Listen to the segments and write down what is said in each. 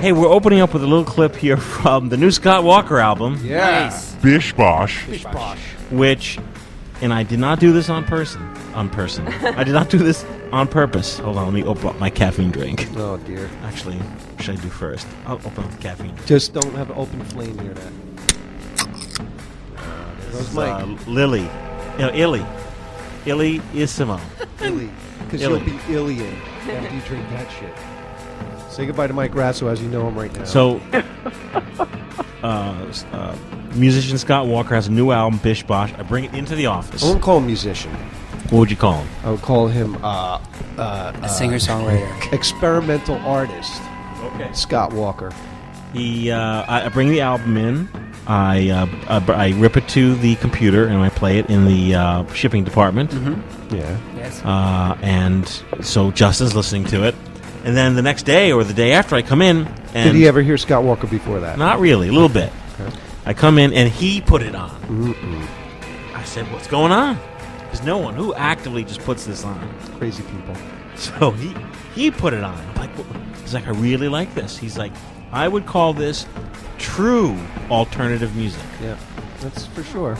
Hey, we're opening up with a little clip here from the new Scott Walker album, Yeah. Bish Bosh. which, and I did not do this on person. On person. I did not do this on purpose. Hold on, let me open up my caffeine drink. Oh dear. Actually, what should I do first? I'll open up the caffeine. Just don't have an open flame near that. Those Uh, Lily. No, Illy. Illy Isimo. illy, because Illy. you'll be illy after you drink that shit. Say goodbye to Mike Grasso as you know him right now. So, uh, s- uh, musician Scott Walker has a new album, Bish Bosh. I bring it into the office. I won't call him musician. What would you call him? I would call him uh, A singer songwriter. experimental artist Okay. Scott Walker. He, uh, I, I bring the album in. I, uh, I, br- I rip it to the computer and I play it in the uh, shipping department. Mm-hmm. Yeah. yes. Uh, and so Justin's listening to it. And then the next day or the day after, I come in and Did he ever hear Scott Walker before that? Not really, a little bit. I come in and he put it on. I said, "What's going on?" There's no one who actively just puts this on. Crazy people. So he he put it on. I'm like, "Wh-" he's like, "I really like this." He's like, "I would call this true alternative music." Yeah. That's for sure.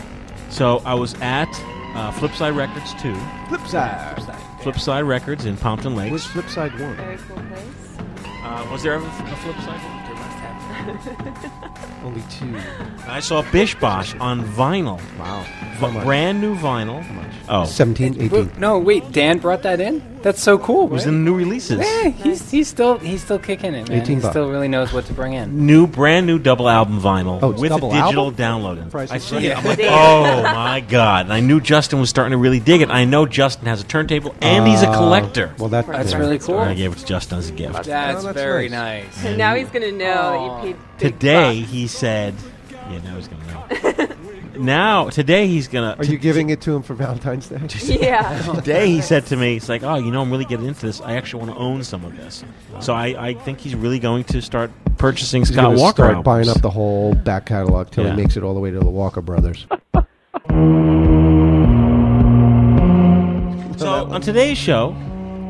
So I was at uh, Flipside Records too, Flipside. Flipside Records in Pompton Lakes. Was Flipside one? Very cool place. uh, was there ever a Flipside? There must have. Only two. I saw Bish Bosh on vinyl, Wow. v- brand new vinyl. Oh, it 17, 18. Wait, No, wait. Dan brought that in. That's so cool. was right? in the new releases. Yeah, he's he's still he's still kicking it, man. 18 He bucks. still really knows what to bring in. new, brand new double album vinyl Oh, it's with a double digital download. Price I is see right. it. I'm like, oh my god! And I knew Justin was starting to really dig it. I know Justin has a turntable and he's a Oh. collector. Uh, Well, that, That's yeah. really cool. I gave it to Justin as a gift. That's, Oh, that's very nice. nice. So now he's gonna know Aw. that you paid big Today bucks. he said, "Yeah, now he's gonna know." now today he's gonna. Are you giving it to him for Valentine's Day? Yeah. Today he said to me, "It's like, oh, you know, I'm really getting into this. I actually want to own some of this." So I, I think he's really going to start purchasing He's Scott gonna Walker start albums. buying up the whole back catalog till Yeah. he makes it all the way to the Walker Brothers. so on today's show,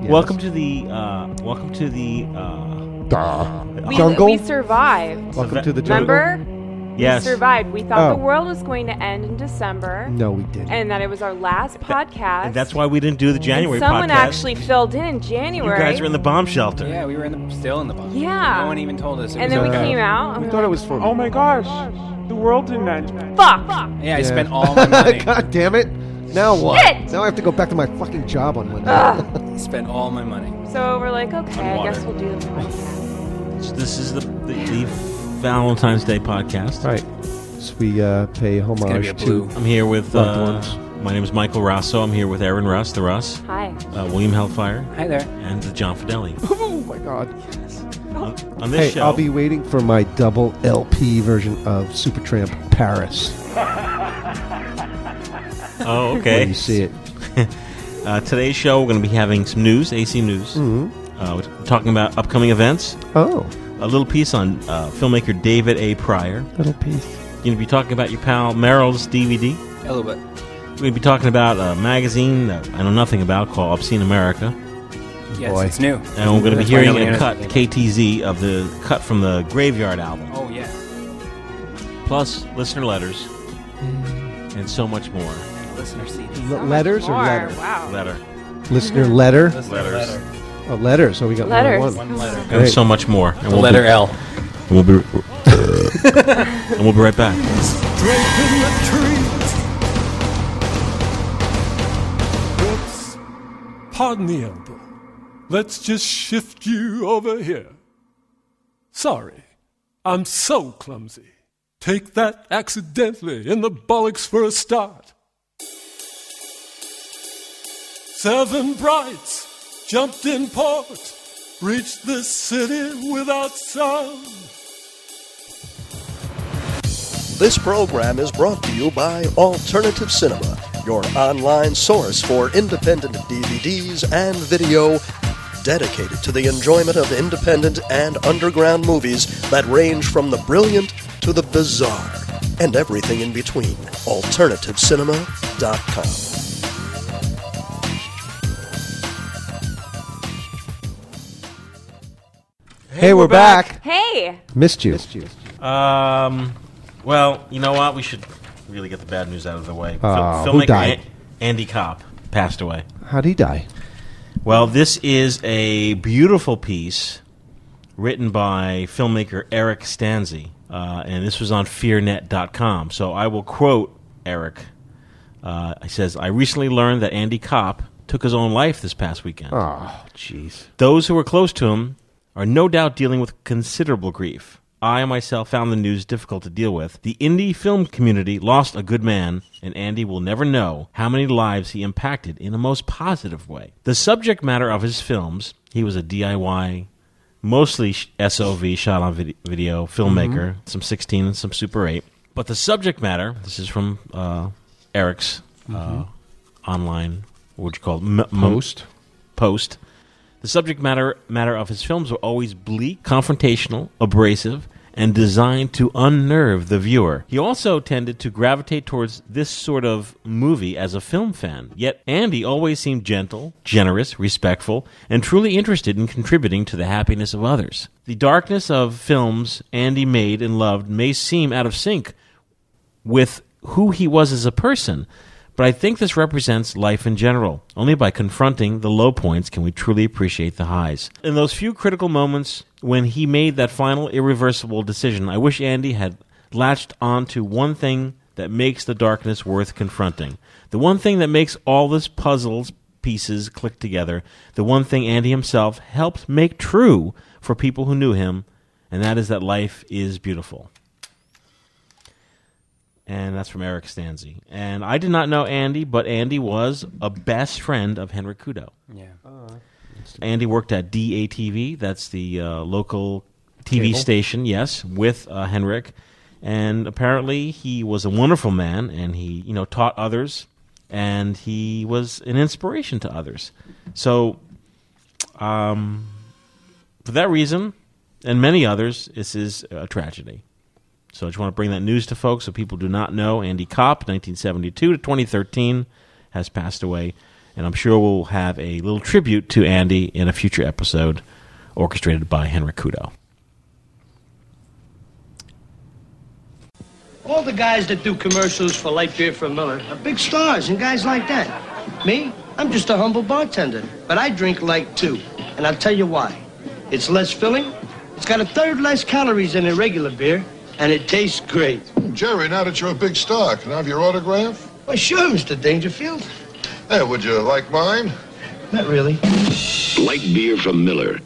Yes. welcome to the uh, welcome to the. Uh, Da. we, Jungle? we survived. Welcome to the jungle. Remember? Yes. We survived. We thought Oh. the world was going to end in December No, we didn't. and that it was our last podcast. And that's why we didn't do the And January someone podcast. actually filled in in you January. guys were in the bomb shelter. Yeah, we were in the, still in the box. Yeah. No one even told us. It and was then we okay. came out. and we were thought it like, was for. Oh my gosh, the world didn't end. Fuck. Fuck. Yeah, I spent all my money. God damn it! Now what? Shit! Now I have to go back to my fucking job on Monday. I spent all my money. So we're like, okay, I water. guess we'll do the podcast. This is the, the, the Valentine's Day podcast. All right. So we uh, pay gonna be homage a to. blue. I'm here with. Loved Uh, ones. my name is Michael Rosso. I'm here with Aaron Russ, the Russ, Hi. uh, William Hellfire, Hi there. and the John Fideli. Oh my god! on, on this Hey, show, I'll be waiting for my double LP version of Supertramp Paris oh when okay. you see it. Uh, today's show, we're going to be having some news, AC news. Mm-hmm. Uh, we're talking about upcoming events. Oh, A little piece on uh, filmmaker David A. Pryor. little piece. You're going to be talking about your pal Merrill's DVD. A little bit. We're going to be talking about a magazine that I know nothing about called Obscene America. Yes, Boy. it's new. And we're going to be That's hearing finally a cut, interesting. KTZ, of the cut from the Graveyard album, Oh yeah. plus listener letters, and so much more. Listener seat. So much letters or more. letter? Wow. Letter. Listener letter? Listener Letters. Oh, letter. So we got more than Letters. one. One letter. And Great. so much more. And we'll Letter be, L. and We'll be, and we'll be right back. Oops. Pardon the elbow. Let's just shift you over here. Sorry, I'm so clumsy. Take that accidentally in the bollocks for a start. Seven brights jumped in port, reached the city without sound. This program is brought to you by Alternative Cinema, your online source for independent DVDs and video dedicated to the enjoyment of independent and underground movies that range from the brilliant to the bizarre and everything in between. AlternativeCinema.com. Hey, we're back. Hey, Missed you. Missed you. Um, well, you know what? We should really get the bad news out of the way. Fil- Aw, Uh, who filmmaker died? An- Andy Cobb passed away. How'd he die? Well, this is a beautiful piece written by filmmaker Eric Stanzi, uh, and this was on fearnet.com. So I will quote Eric. Uh, he says, I recently learned that Andy Kopp took his own life this past weekend. Oh, jeez. Those who were close to him are no doubt dealing with considerable grief. I myself found the news difficult to deal with. The indie film community lost a good man, and Andy will never know how many lives he impacted in a most positive way. The subject matter of his films, he was a DIY, mostly sh- SOV shot on vid- video filmmaker, some 16 and some Super 8. But the subject matter, this is from uh, Eric's uh, online, what would you call it? M- m- Most. post. The subject matter matter of his films were always bleak, confrontational, abrasive, and designed to unnerve the viewer. He also tended to gravitate towards this sort of movie as a film fan. Yet Andy always seemed gentle, generous, respectful, and truly interested in contributing to the happiness of others. The darkness of films Andy made and loved may seem out of sync with who he was as a person. But I think this represents life in general. Only by confronting the low points can we truly appreciate the highs. In those few critical moments when he made that final irreversible decision, I wish Andy had latched on to one thing that makes the darkness worth confronting. The one thing that makes all this puzzles pieces click together. The one thing Andy himself helped make true for people who knew him, and that is that life is beautiful and that's from Eric Stanzi. And I did not know Andy, but Andy was a best friend of Henry Kudo. Yeah. Andy worked at DATV, that's the uh, local TV Cable. station, yes, with uh, Henrik. And apparently he was a wonderful man and he, you know, taught others and he was an inspiration to others. So um, for that reason and many others, this is a tragedy. So I just want to bring that news to folks so people do not know. Andy Kopp, 1972 to 2013, has passed away. And I'm sure we'll have a little tribute to Andy in a future episode orchestrated by Henry Kudo. All the guys that do commercials for light beer from Miller are big stars and guys like that. Me, I'm just a humble bartender, but I drink light too, and I'll tell you why. It's less filling, it's got a third less calories than a regular beer, and it tastes great. Jerry, now that you're a big star, can I have your autograph? Well, sure, Mr. Dangerfield. Hey, would you like mine? Not really. Light beer from Miller.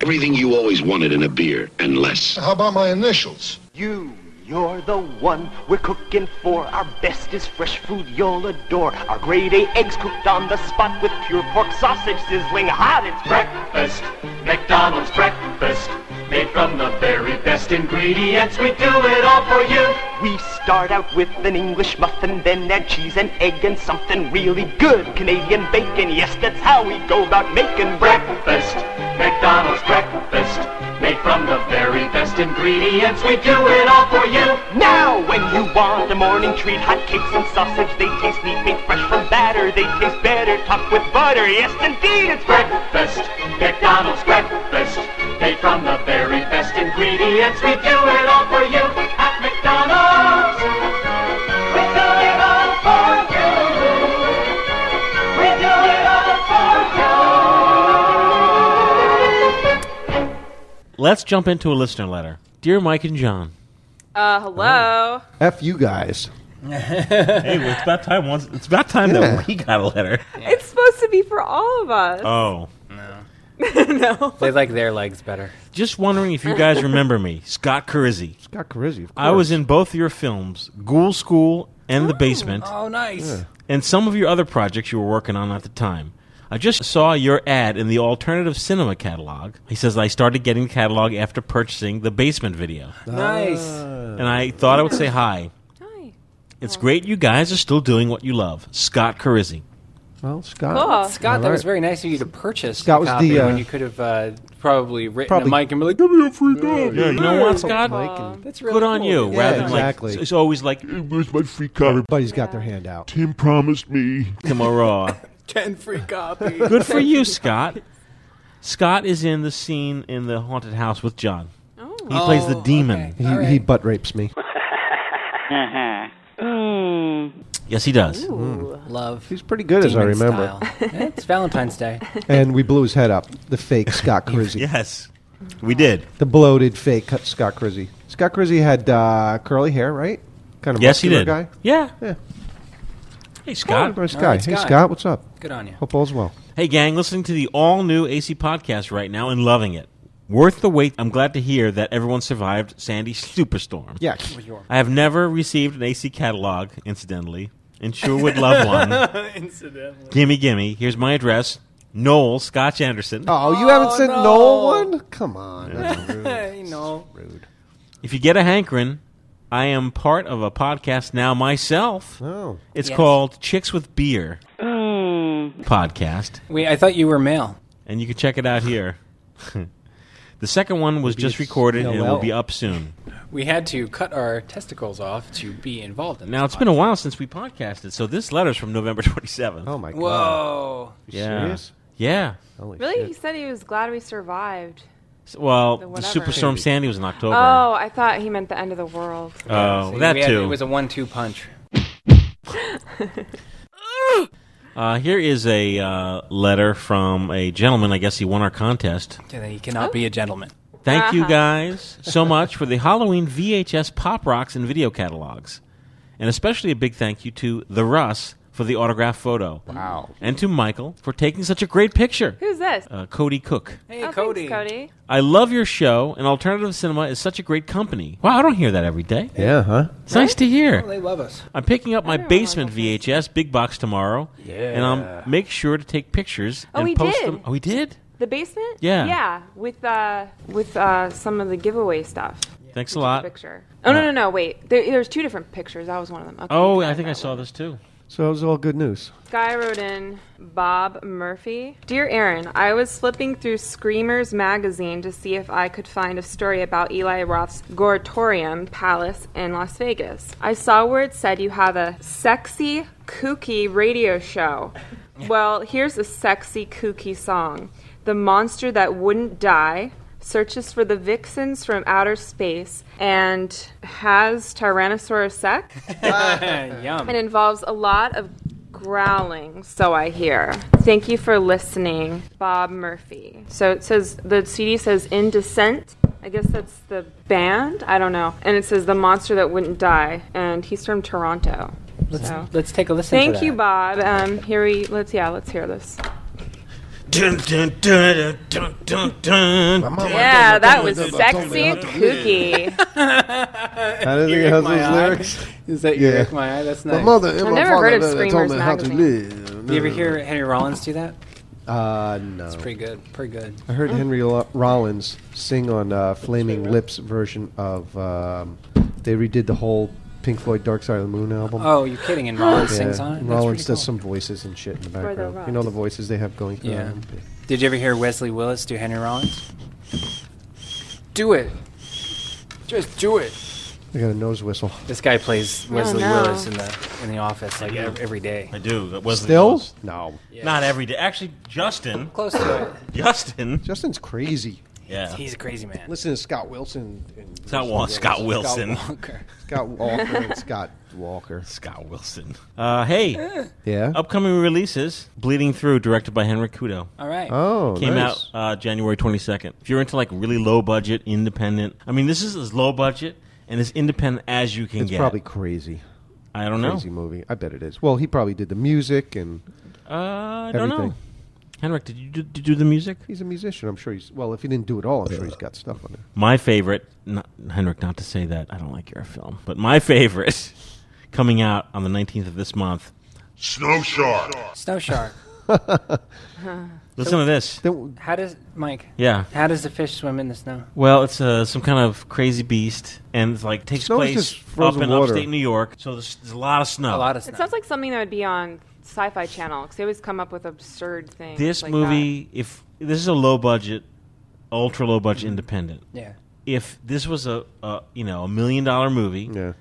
Everything you always wanted in a beer, and less. How about my initials? You, you're the one we're cooking for. Our best is fresh food you'll adore. Our grade A eggs cooked on the spot with pure pork sausage sizzling hot. It's breakfast, McDonald's breakfast. Made from the very best ingredients, we do it all for you. We start out with an English muffin, then add cheese and egg and something really good. Canadian bacon, yes, that's how we go about making breakfast. McDonald's breakfast. Made from the very best ingredients, we do it all for you. Now, when you want a morning treat, hot cakes and sausage, they taste neat, made fresh from batter, they taste better, topped with butter. Yes, indeed, it's breakfast, McDonald's breakfast, made from the very best ingredients. We do it all for you at McDonald's. We do it all for you. We do it all for you. Let's jump into a listener letter. Dear Mike and John. uh, hello. Oh. F you guys. Hey, well, it's about time once it's about time Yeah. that we got a letter. It's supposed to be for all of us. Oh. no. They like their legs better. Just wondering if you guys remember me, Scott Carizzi. Scott Carizzi, of course. I was in both your films, Ghoul School and The Basement. Oh, nice. and some of your other projects you were working on at the time. I just saw your ad in the alternative cinema catalog. He says I started getting the catalog after purchasing the basement video. Uh. Nice. And I thought I would say hi. Hi. It's great you guys are still doing what you love. Scott Carizzi. Well, Cool. Scott. Scott, that All was right. very nice of you to purchase. Scott a was the, copy uh, when you could have uh, probably written probably- a mic and be like, "Give me a free copy." You know what, Scott? Aw. That's really Good on cool. you. Yeah, rather than exactly. like it's always like Where's my free copy? Everybody's got their hand out. Tim promised me. tomorrow. Ten free copies. Good for you, Scott. Scott is in the scene in the haunted house with John. He plays the demon. He, he butt rapes me. Yes, he does. Love. He's pretty good as I remember. it's Valentine's Day. and we blew his head up. The fake Scott Crizzy. yes, we did. The bloated fake cut Scott Crizzy. Scott Crizzy had uh, curly hair, right? Kind of Yes, he muscular did. guy. Oh, Yeah. Yeah. Hey, Scott. Scott. Nice guy. it's hey, Scott. Scott, what's up? Good on you. Hope all's well. Hey, gang, listening to the all new AC podcast right now and loving it. Worth the wait. I'm glad to hear that everyone survived Sandy Superstorm. Yes. I have never received an AC catalog, incidentally, and sure would love one. Oh. Incidentally. gimme, gimme. Here's my address Noel Scotch Anderson. Oh, you haven't sent no. Noel one? Come on. that's rude. I know. If you get a hankering, I am part of a podcast now myself. Oh. It's Yes. called Chicks with Beer podcast, Wait, I thought you were male. and you can check it out here. the second one was just it's recorded and will ELL. be up soon. We had to cut our testicles off to be involved in Now this it's been a while since we podcasted, so this letter's from November 27th. Oh, my podcast. God. Whoa. You yeah. Serious? Yeah. Holy Really? He shit. said he was glad we survived. S- Well, The the, whatever. Superstorm Sandy was in October. Oh, I thought he meant the end of the world. Oh, See, that we had- too. It was a one-two punch. uh, here is a uh, letter from a gentleman. I guess he won our contest. And then he cannot Oh. be a gentleman. Thank Uh-huh. you guys so much for the Halloween VHS pop rocks and video catalogs. And especially a big thank you to The Russ for the autograph photo. Wow. And to Michael for taking such a great picture. Who's this? Uh, Cody Cook. Hey, oh, Cody. Thanks, Cody. I love your show, and alternative cinema is such a great company. Wow, I don't hear that every day. Yeah, huh? It's nice to hear. Oh, they love us. I'm picking up my Everyone basement loves VHS big box tomorrow. And I'll make sure to take pictures Oh, and he post did. them. Oh, he did? The basement? Yeah. Yeah, with uh, with uh, some of the giveaway stuff. Thanks He a took lot. Picture. Oh no no no wait! There, there's two different pictures. That was one of them. Okay, Oh, you I found think I that saw one. this too. So it was all good news. Guy wrote in Bob Murphy. Dear Aaron, I was flipping through Screamers magazine to see if I could find a story about Eli Roth's Goratorium Palace in Las Vegas. I saw where it said you have a sexy, kooky radio show. Well, here's a sexy, kooky song The Monster That Wouldn't Die. Searches for the vixens from outer space and has Tyrannosaurus sex? Yum. It involves a lot of growling, so I hear. Thank you for listening, Bob Murphy. So it says the CD says In Descent. I guess that's the band. I don't know. And it says The Monster That Wouldn't Die, and he's from Toronto. Let's, So. let's take a listen. to Thank that. you, Bob. Um, here we let's yeah let's hear this. Dun, dun, dun, dun, dun, dun, dun. Yeah, that was sexy and kooky. I didn't think it has those lyrics. Is that your Yeah. Rick my eye? That's nice. I've never heard uh, of Screamers magazine. Do you ever hear Henry Rollins do that? Uh, no. Pretty good. Pretty good. I heard Henry Lo- Rollins sing on uh, Flaming Lips version of. Um, they redid the whole Pink Floyd Dark Side of the Moon album. Oh, you're kidding? And Rollins Yeah, sings on it. and That's Rollins pretty does cool. some voices and shit in the the background. rocks. You know the voices they have going through. Yeah. them? Did you ever hear Wesley Willis do Henry Rollins? Do it. Just do it. They got a nose whistle. This guy plays Wesley Oh, no. Willis in the in the office like ev- every day. I do. That wasn't Still? No. Not every day. Actually, Justin. Close to it. Justin. Justin's crazy. Yeah. He's a crazy man. Listen to Scott Wilson. And Scott Wa- Scott Wilson. Walker. Scott Walker and Scott Walker. Scott Wilson. Uh, hey, Yeah. upcoming releases: Bleeding Through, directed by Henrik Kudo, All right. Oh, came nice. out uh, January twenty second. If you're into like really low budget independent, I mean, this is as low budget and as independent as you can It's get. probably crazy. I don't know. Crazy movie. I bet it is. Well, he probably did the music, and Uh, I don't know. Everything. Henrik, did you do, did you do the music? he's a musician. I'm sure he's. Well, if he didn't do it all, I'm sure he's got stuff on there. My favorite, not, Henrik, not to say that I don't like your film, but my favorite, coming out on the nineteenth of this month. Snow Shark. Snow Shark. Listen to this. Then, How does Mike? Yeah. How does the fish swim in the snow? Well, it's uh, some kind of crazy beast, and it's like takes Snow is place just up frozen in water. upstate New York. So there's, there's a lot of A snow. lot of snow. It sounds like something that would be on Sci-Fi Channel because they always come up with absurd things. this like movie, if this is a low budget, ultra low budget Mm-hmm. independent. yeah. If this was a, a you know a million dollar movie yeah.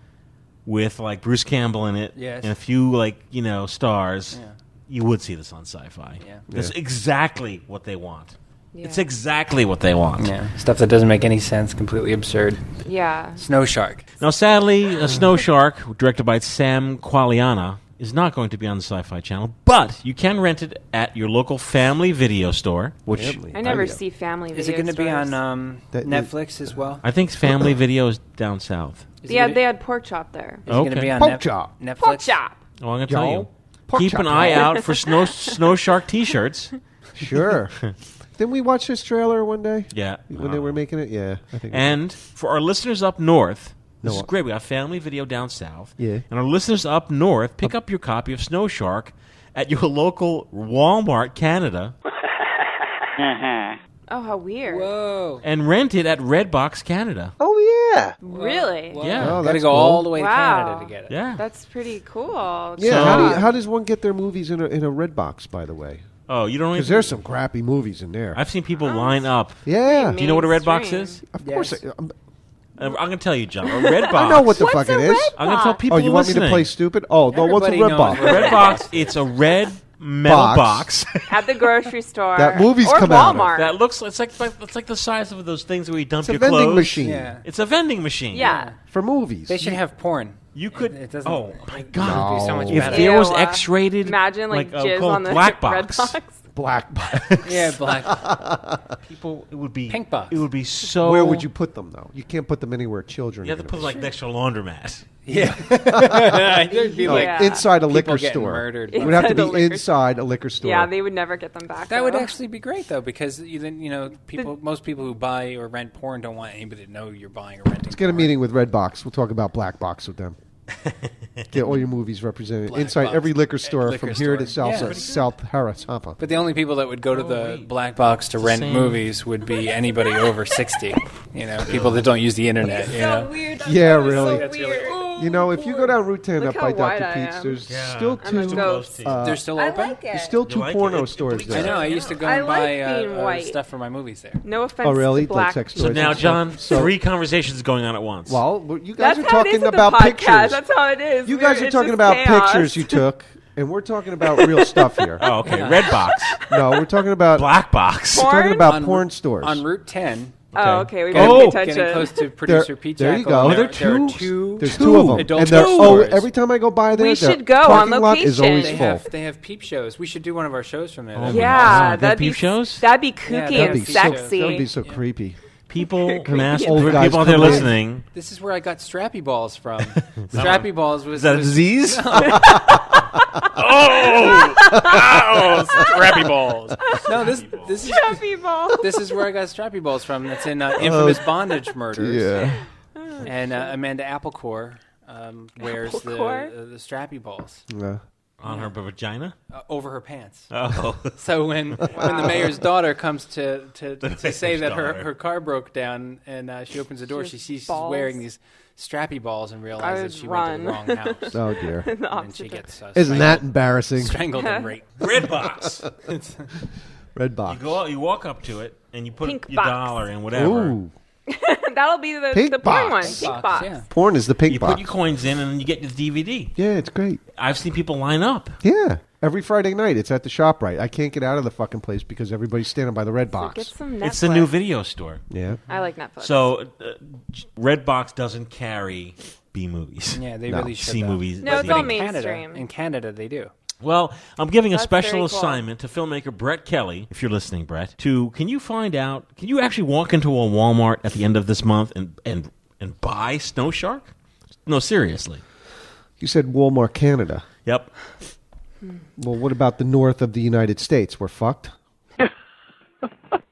with like Bruce Campbell in it Yes. and a few like you know stars, Yeah. you would see this on Sci-Fi. Yeah. That's exactly what they want. It's exactly what they want. Yeah. Stuff that doesn't make any sense, completely absurd. Yeah. Snow Shark. Now, sadly, a Snow Shark, directed by Sam Qualiana, is not going to be on the Sci Fi Channel, but you can rent it at your local family video store, which I never see family. Is it going to be on um, Netflix as well? I think family video is down south. Is it Yeah, gonna- they had pork chop there. Is it gonna Okay. be on Pork Nef- chop. Netflix? Pork chop. Oh, I'm going to tell Yo. you. Pork Keep chop. an eye out for Snow, snow Shark t shirts. Sure. Didn't we watch this trailer one day? Yeah. Uh-huh. When they were making it? Yeah. I think we And for our listeners up north, No, this is uh, great. We got family video down south. Yeah. And our listeners up north, pick up your copy of Snow Shark at your local Walmart Canada Oh, how weird. Whoa. and rent it at Redbox Canada. Oh yeah. Really? Yeah. Oh, Gotta that's go all cool. the way Wow. to Canada to get it. Yeah. That's pretty cool. Yeah, So- um, how, do you, how does one get their movies in a, in a red box? By the way, Oh, you don't because even. there's some crappy movies in there. I've seen people line up. yeah, Do you know what a red box is? of course. I, I'm, I'm going to tell you, John. A red box. I know what the fuck it is. I'm going to tell people oh, you want me to play listening. stupid? Oh, no, what's a Everybody red knows box? what Red box. It's a red metal Box. box, At the grocery store. That movie's or come out of. Walmart. that looks. It's like it's like the size of those things where you dump It's a your vending clothes. machine Yeah. It's a vending machine. yeah. for movies. They should have porn. You could. It doesn't. oh my it God! would be so much No. If better. there was Ew, uh, X-rated, Imagine like, uh, jizz called on the black red box, box. black box. yeah, black. people, it would be Pink box. It would be so. Oh. Where would you put them though? You can't put them anywhere children. You have to are put gonna like next to a laundromat. yeah. There'd be be. like Yeah. inside a liquor getting store. murdered. It would have to Inside a be liquor- inside a liquor store. Yeah, they would never get them back. That would though. actually be great though, because you then you know people, most people who buy or rent porn don't want anybody to know you're buying or renting. Let's get a porn. meeting with Red Box. We'll talk about Black Box with them. get all your movies represented Black inside Box. every liquor store Liquor from here to store. South Yeah. Pretty good. South Harasapa. But the only people that would go to the Oh, wait. black box to rent same. movies would be anybody over sixty. You know, people that don't use the internet. You So know, weird. Yeah, That was really. So That's weird. You know, if you go down Route 10 up Look how by wide Dr. I Pete's, am. there's Yeah. still I'm a two, uh, ghost. they're still I open. like it. there's still You two like it? porno It- stores it- I there. know. I used to go I and like buy uh, being uh, white. stuff for my movies there. No offense. Oh, really? To Like black. sex So toys now, and stuff? John, So- three conversations going on at once. Well, well, you guys That's are how it is talking with the about podcast. pictures. That's how it is. you We're- guys are it's talking just about chaos. pictures you took, and we're talking about real stuff here. oh, okay. Red box, No, we're talking about black box. we're talking Porn? about On- porn stores. On Route Ten, Oh, okay. We Getting- better pay Oh, attention. getting close to there, producer Pete. there you Jackal, go. and there, there are two. There's two of them. adult and they're, porn oh, stores. every time I go by there, We the should go parking on lot is location. always They full. have they have peep shows. We should do one of our shows from there. Oh, my Yeah, God. that'd be Peep shows? That'd be kooky that'd and be so- sexy. That would be so creepy. People, mass, Old people guys out there come in. listening. This is where I got strappy balls from. strappy balls was Is that a was- disease? Oh, strappy balls. No, this this is Strappy balls. this is where I got strappy balls from. That's in Oh. uh, infamous bondage murders. And uh, Amanda Applecore um, wears the Applecore? uh, the strappy balls Yeah. on her vagina. uh, over her pants. Oh, So when when the mayor's daughter comes to to, to mayor's say that her, daughter. her car broke down and uh, she opens the door, she has sees she's balls. wearing these strappy balls and realizes would she went run. to the wrong house. Oh dear. The And she opposite. gets uh, Isn't that strangled, embarrassing? strangled and raped. red box. Red You box. go, out, you walk up to it, and you put Pink your box. dollar and whatever. Ooh, That'll be the, Pink the porn one. box. Pink box. Yeah. porn is the pink You put box. your coins in, and you get your DVD. yeah, it's great. I've seen people line up. Yeah, every Friday night it's at the shop. Right, I can't get out of the fucking place because everybody's standing by the red So box. get some Netflix. It's the new video store. yeah, I like Netflix. So uh, j- Redbox doesn't carry B movies. Yeah, they No. really should. C though. movies. No, Z it's all movies. me. Canada, Mainstream. in Canada, they do. Well, I'm giving a That's special very cool. assignment to filmmaker Brett Kelly, if you're listening, Brett, to can you find out, can you actually walk into a Walmart at the end of this month and, and, and buy Snow Shark? No, seriously. you said Walmart Canada. Yep. Well, what about the north of the United States? We're fucked.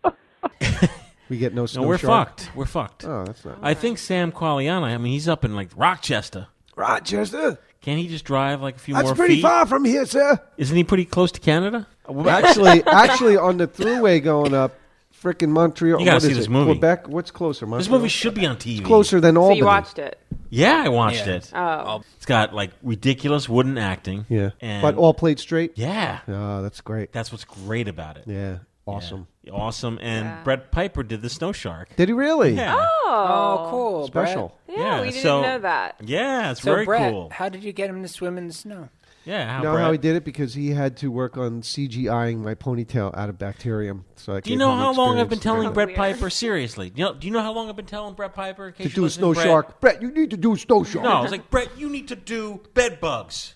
we get no No, snow. we're shark? fucked. We're fucked. Oh, that's not I think Sam Qualiana, I mean, he's up in like Rochester. Rochester. Can he just drive like a few more feet? from here, sir. Isn't he pretty close to Canada? Actually, actually, on the throughway going up, frickin' Montreal. You gotta what see is this it? movie. Quebec. What's closer? Montreal? This movie should be on TV. closer than so Albany. you watched it. Yeah, I watched Yeah. it. Oh. It's got like ridiculous wooden acting. Yeah, And but all played straight. Yeah. Ah, that's great. That's what's great about it. Yeah, awesome. Yeah. Awesome. And Yeah. Brett Piper did the Snow Shark. Did he really? Yeah. Oh. Oh, cool. Special. Yeah, Yeah, we didn't so- know that. Yeah, it's Brett. So, very Brett, cool. how did you get him to swim in the snow? Yeah, how know Brad- how he did it because he had to work on CGIing my ponytail out of bacterium. So I Do you gave know him how long I've been experience. telling Brett Piper seriously? You know, do you know how long I've been telling Brett Piper? in to case you do a listen snow Brett? shark? Brett, you need to do a snow shark. No, I was like Brett, you need to do bed bugs.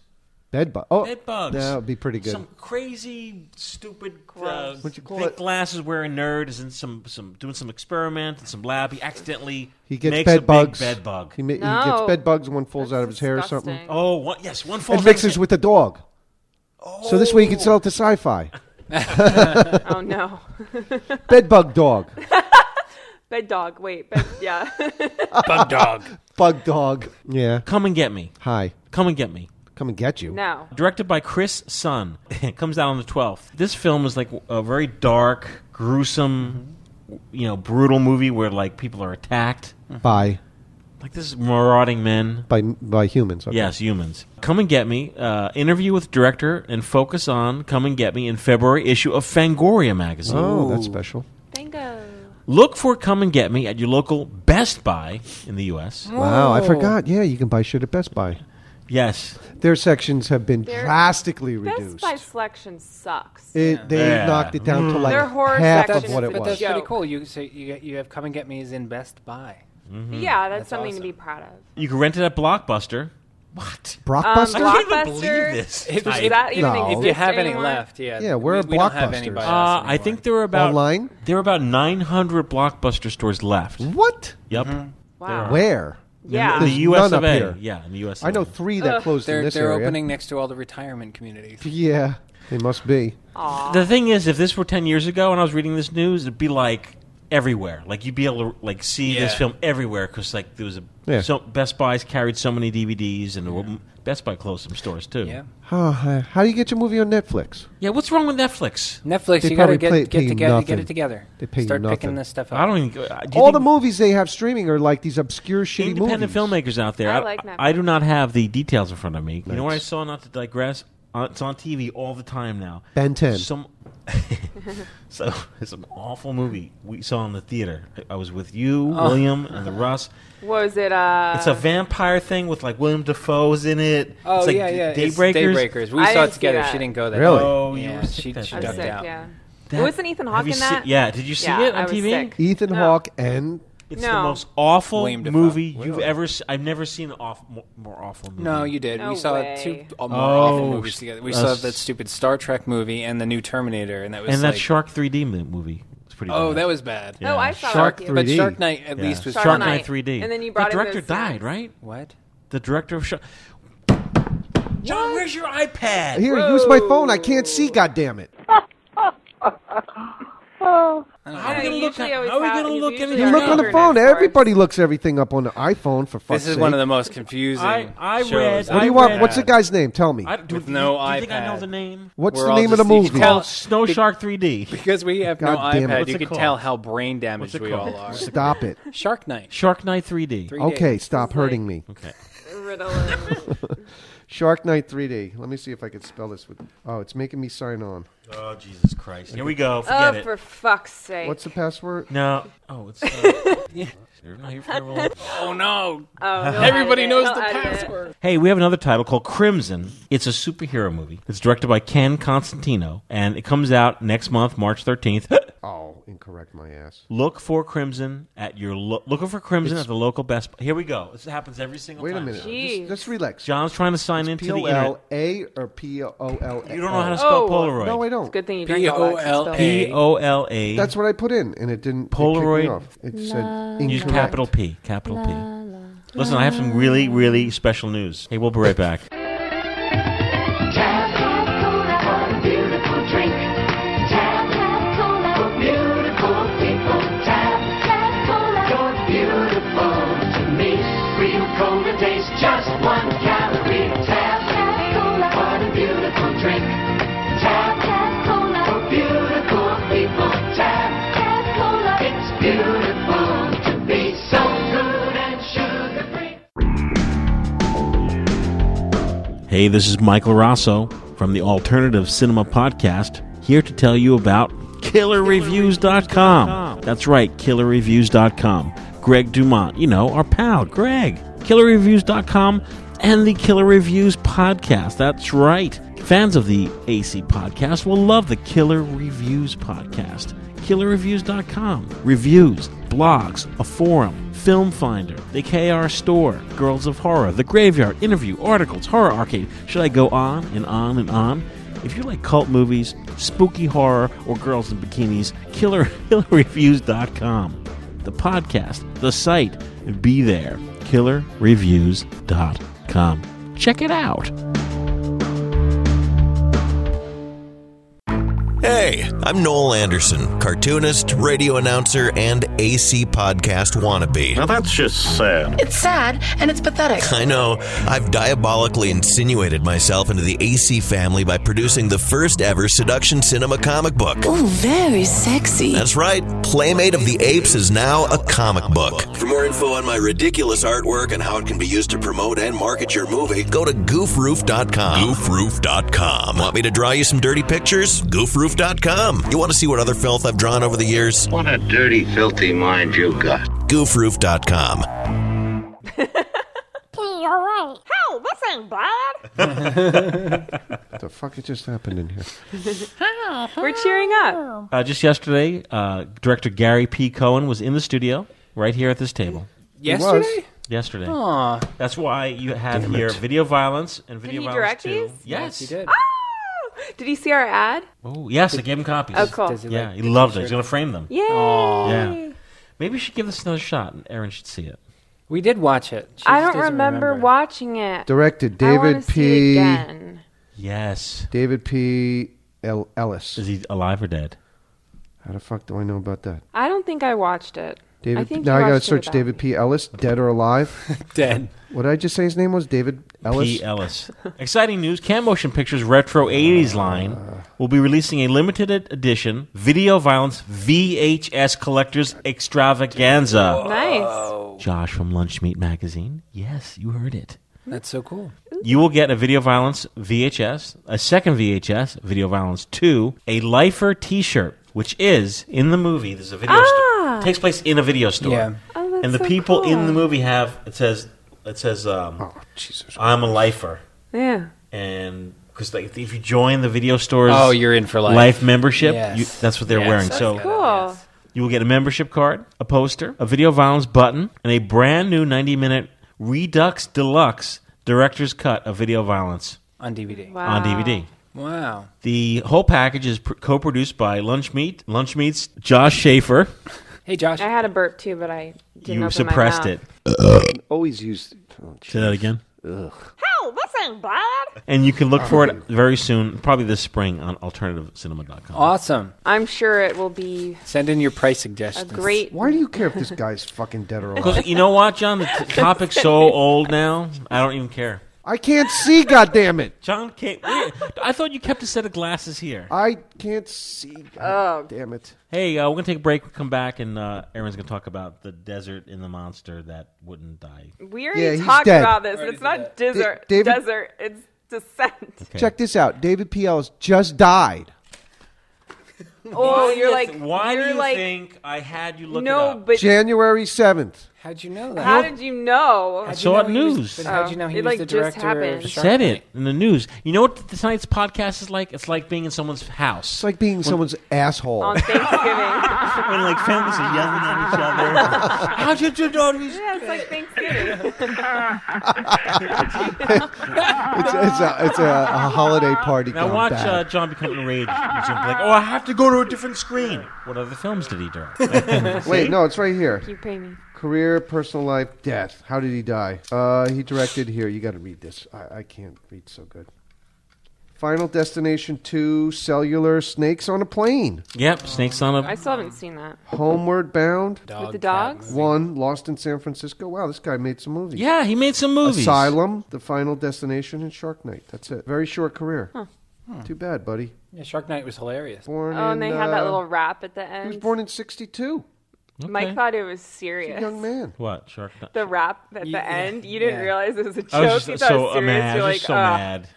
bed bug. Oh, bed bugs. That would be pretty good. Some crazy, stupid, uh, What'd you call thick it? glasses wearing nerd is in some some doing some experiment in some lab. He accidentally he gets makes a bed big bugs. bed bug. He, ma- he gets No. bed bugs. One falls out of his hair or something. Oh, one, yes, one falls. and mixes with the dog. So this way you can sell it to sci-fi. oh no. Bedbug dog. Bed dog. Wait, bed. Yeah. Bug dog. Yeah. Come and get me. Hi. Come and get me. Come and get you. No. Directed by Chris Sun. it comes out on the 12th. This film is like a very dark, gruesome, Mm-hmm. you know, brutal movie where like people are attacked. By Like this is marauding men. by by humans. Okay. Yes, humans. Come and Get Me, uh, interview with director, and focus on Come and Get Me in February issue of Fangoria magazine. Oh, that's special. Bingo. Look for Come and Get Me at your local Best Buy in the U.S. Wow, I Oh. forgot. Yeah, you can buy shit at Best Buy. Yes. Their sections have been Their- drastically Best reduced. Buy selection sucks. It, they Yeah. knocked it down to Mm. Their horror like half of section what is it the But that's was. joke. pretty cool. You say you get- you have come and get me is in Best Buy. Yeah, that's, Mm-hmm. That's something awesome. to be proud of. You can rent it at Blockbuster. What? Blockbuster. Um, I can't even Blockbuster- believe this. If, I- if- that even No. if you exist have any anymore? left, yeah. Yeah, we're we, a we don't have any Blockbusters. by us Uh, I anymore. think there were about Online? There were about 900 Blockbuster stores left. what? Yep. Wow. Where? Yeah. In Uh, the Mm-hmm. There's U.S. none of up A. here. Yeah, in the U.S. I know of A. three that closed in they're this they're area. opening next to all the retirement communities. Yeah, they must be. The thing is, if this were 10 years ago and I was reading this news, it'd be like everywhere. Like you'd be able to like see this Yeah. film everywhere because like there was a Yeah. so Best Buy's carried so many DVDs and Best Buy closed some stores too. Yeah. Huh, huh. how do you get your movie on Netflix? Yeah, what's wrong with Netflix? Netflix, They you probably gotta get pay- get, pay you together, get nothing. it together. They pay you Start nothing. picking this stuff up. I don't even. uh, do you All think the movies they have streaming are like these obscure, shitty independent movies. filmmakers out there. I like Netflix. I do not have the details in front of me. You know what I Nice. saw? Not to digress. Uh, It's on TV all the time now. Ben 10. Some. so it's an awful movie we saw in the theater. I- I was with you, Oh. William, and the Russ. What was it? Uh, It's a vampire thing with like William Defoe's in it. Oh it's like yeah, yeah. Day it's Breakers. Daybreakers. We I saw didn't it see together. that. She didn't go there. Really? Oh, you Yeah, were sick she- that she I was day. ducked sick. out. Yeah. That- Wasn't Ethan have Hawke you in seen- that? Yeah, did you see Yeah, it on I was TV? sick. Ethan No. Hawke and It's the No. most awful William Dafoe. movie you've ever. Se- I've never seen an off- more, more awful movie. No, you did. No we saw way. two oh, more Oh, awful movies together. We saw us. that stupid Star Trek movie and the new Terminator, and that was and that like, Shark 3D mo- movie. It's pretty. Oh, bad. that was bad. Yeah. Oh, I saw Shark it. with 3D. you. But Shark Night at Yeah. least was Shark Shark Knight. Night 3D. And then you brought the in director those uh, died, things. right? What? The director of Shark. John, where's your iPad? here. Use my phone. I can't see. God damn it! How are we Yeah, gonna you look? usually How always are we have- gonna you look usually in are You look on the Internet phone. source. Everybody looks everything up on the iPhone for fuck's This is sake. one of the most confusing. I- I shows. read- What do I you want? read- What's the guy's name? Tell me. I, do, With do- no do you think I know iPad. the name? What's We're the all name of the just- you movie? can't- Called Snow Shark 3D. because we have no God damn it. iPad, What's you it can called? tell how brain What's damaged it we called? all are. Stop it. Shark Night. Shark Knight 3D. Three Okay, days. stop This is hurting me. Okay. Ritalin. Shark Knight 3D. Let me see if I can spell this with. Oh, it's making me sign on. Oh Jesus Christ! Here we go. Forget oh, it. for fuck's sake. Oh, What's the password? No. Oh, it's. Uh, You're not here for the role. Oh no! oh, he'll edit Everybody it. knows He'll the edit it. password. Hey, we have another title called Crimson. It's a superhero movie. It's directed by Ken Constantino, and it comes out next month, March 13th. Oh, incorrect my ass. Look for Crimson at your lo- looking for Crimson at the local Best. Buy. Here we go. This happens every single Wait a time. minute. Jeez. Just, just relax. John's trying to sign into P the O internet. L A or P O L A. You don't know how to spell Oh. Polaroid. No, I don't. Good thing you drank all that. B-O-L-A. It's P O L E. A. That's what I put in, and it didn't. Polaroid. It, kicked me off. it said incorrect. Use capital P. Capital P. Listen, I have some really, really special news. Hey, we'll be right back. Tab Tab Cola, a beautiful drink. Tab Tab Cola for beautiful people. Tab Tab Cola, you're beautiful to me. Real cola tastes just one calorie. Tab Tab Cola, what a beautiful drink. Tab Tab Cola for beautiful people. Tab Tab Cola, it's beautiful to be so good and sugar free. Hey, this is Michael Rosso from the Alternative Cinema Podcast, here to tell you about KillerReviews.com. That's right, KillerReviews.com. Greg Dumont, you know, our pal, Greg. KillerReviews.com and the Killer Reviews podcast. That's right. Fans of the AC podcast will love the Killer Reviews podcast. KillerReviews.com. Reviews, blogs, a forum, Film Finder, the KR Store, Girls of Horror, The Graveyard, Interview, articles, Horror Arcade. Should I go on and on and on? If you like cult movies, spooky horror, or girls in bikinis, killer, killerreviews.com. The podcast, the site, be there. Killerreviews.com. Check it out. Hey, I'm Noel Anderson, cartoonist, radio announcer, and AC podcast wannabe. Now that's just sad. It's sad and it's pathetic. I know. I've diabolically insinuated myself into the AC family by producing the first ever Seduction Cinema comic book. Ooh, very sexy. That's right. Playmate of the Apes is now a comic book. For more info on my ridiculous artwork and how it can be used to promote and market your movie, go to goofroof.com. Goofroof.com. Want me to draw you some dirty pictures? Goofroof.com. You want to see what other filth I've drawn over the years? What a dirty, filthy mind you got. Goofroof.com. You're right. Hey, this ain't bad. the fuck it just happened in here? We're cheering Oh. up. Uh, just yesterday, uh, director Gary P. Cohen was in the studio right here at this table. Yesterday? Yesterday. Aw. That's why you have Damn here it. video violence and Did video he violence. direct these? Yes. he did. Ah! Did he see our ad? Oh, yes, I gave him copies. Oh, cool. Does he Yeah, like he the loved it. t-shirt? He's going to frame them. Yay! Yeah. Maybe we should give this another shot and Aaron should see it. We did watch it. She I just don't doesn't remember, watching it. Directed I wanna David see it P. again. Yes. David P. L- Ellis. Is he alive or dead? How the fuck do I know about that? I don't think I watched it. David. I think now I you gotta watched it search without David P. Ellis, dead or alive? dead. What did I just say? His name was David Ellis. P. Ellis. Exciting news Cam Motion Pictures Retro 80s line will be releasing a limited ed- edition Video Violence VHS Collectors Extravaganza. Nice. Josh from Lunch Meat Magazine. Yes, you heard it. That's so cool. You will get a Video Violence VHS, a second VHS, Video Violence 2, a Lifer t shirt, which is in the movie. There's a video Ah. store. Takes place in a video store. Yeah. Oh, that's and the so people in cool. the movie have, it says, it says, um, Oh, I'm a lifer. Yeah. And because like, if you join the video store's Oh, you're in for life. membership, Yes. you, that's what they're Yes, wearing. that's So Cool. you will get a membership card, a poster, a video violence button, and a brand new 90 minute Redux Deluxe Director's Cut of Video Violence On DVD. Wow. Uh, on DVD. Wow. The whole package is pr- co produced by Lunch Meat, Lunch Meat's Josh Schaefer. Hey, Josh. I had a burp too, but I didn't You open suppressed my it. mouth. Always used. Oh, Say that again. Hey, this ain't bad. And you can look for it very soon, probably this spring, on alternativecinema.com. Awesome. I'm sure it will be Send in your price a suggestions. great. Why do you care if this guy's fucking dead or alive? Because you know what, John? The t- topic's so old now, I don't even care. I can't see. goddamn it! John, can't, I thought you kept a set of glasses here. I can't see. Oh. God damn it! Hey, uh, we're going to take a break, come back, and uh, Aaron's going to talk about the desert and the monster that wouldn't die. We already Yeah, he's talked dead. about this. It's not desert. David- desert. It's descent. Check this out. David P. Ellis just died. Oh, you're like. Why you're do you like, think I had you look No, it up? but January seventh. How'd you know that? how did you know? I saw it he was- news. but how'd you know he Oh, It, was like, the just director happened. of It Shark Said Tank? it in the news. You know what tonight's podcast is like? It's like being in someone's house. It's like being someone's asshole. on Thanksgiving. when like families are yelling at each other. How did you know these? yeah, it's like Thanksgiving. It's, it's a, it's a, a holiday party. Now gone watch bad. uh, John become enraged. He's gonna be like, oh, I have to go to a different screen. What other films did he direct? uh, Wait, no, it's right here. you pay me. Career, personal life, death. How did he die? Uh, he directed here. You got to read this. I, I can't read so good. Final Destination 2, Cellular Snakes on a Plane. yep, Snakes on I a. still haven't seen that. Homeward Bound. With the dogs? 1, Lost in San Francisco. Wow, this guy made some movies. Yeah, he made some movies. Asylum, The Final Destination, and Shark Night. That's it. Very short career. Too bad, buddy. Yeah, Shark Night was hilarious. Born Oh, and in, they had that uh, little rap at the He was end. born in 62. Mike Okay. thought it was serious. Young man. What Shark? The rap at the Yeah, end, you didn't yeah. realize it was a joke. I was you just thought it so was serious. uh, mad. I You're was like, just so "Ah." mad.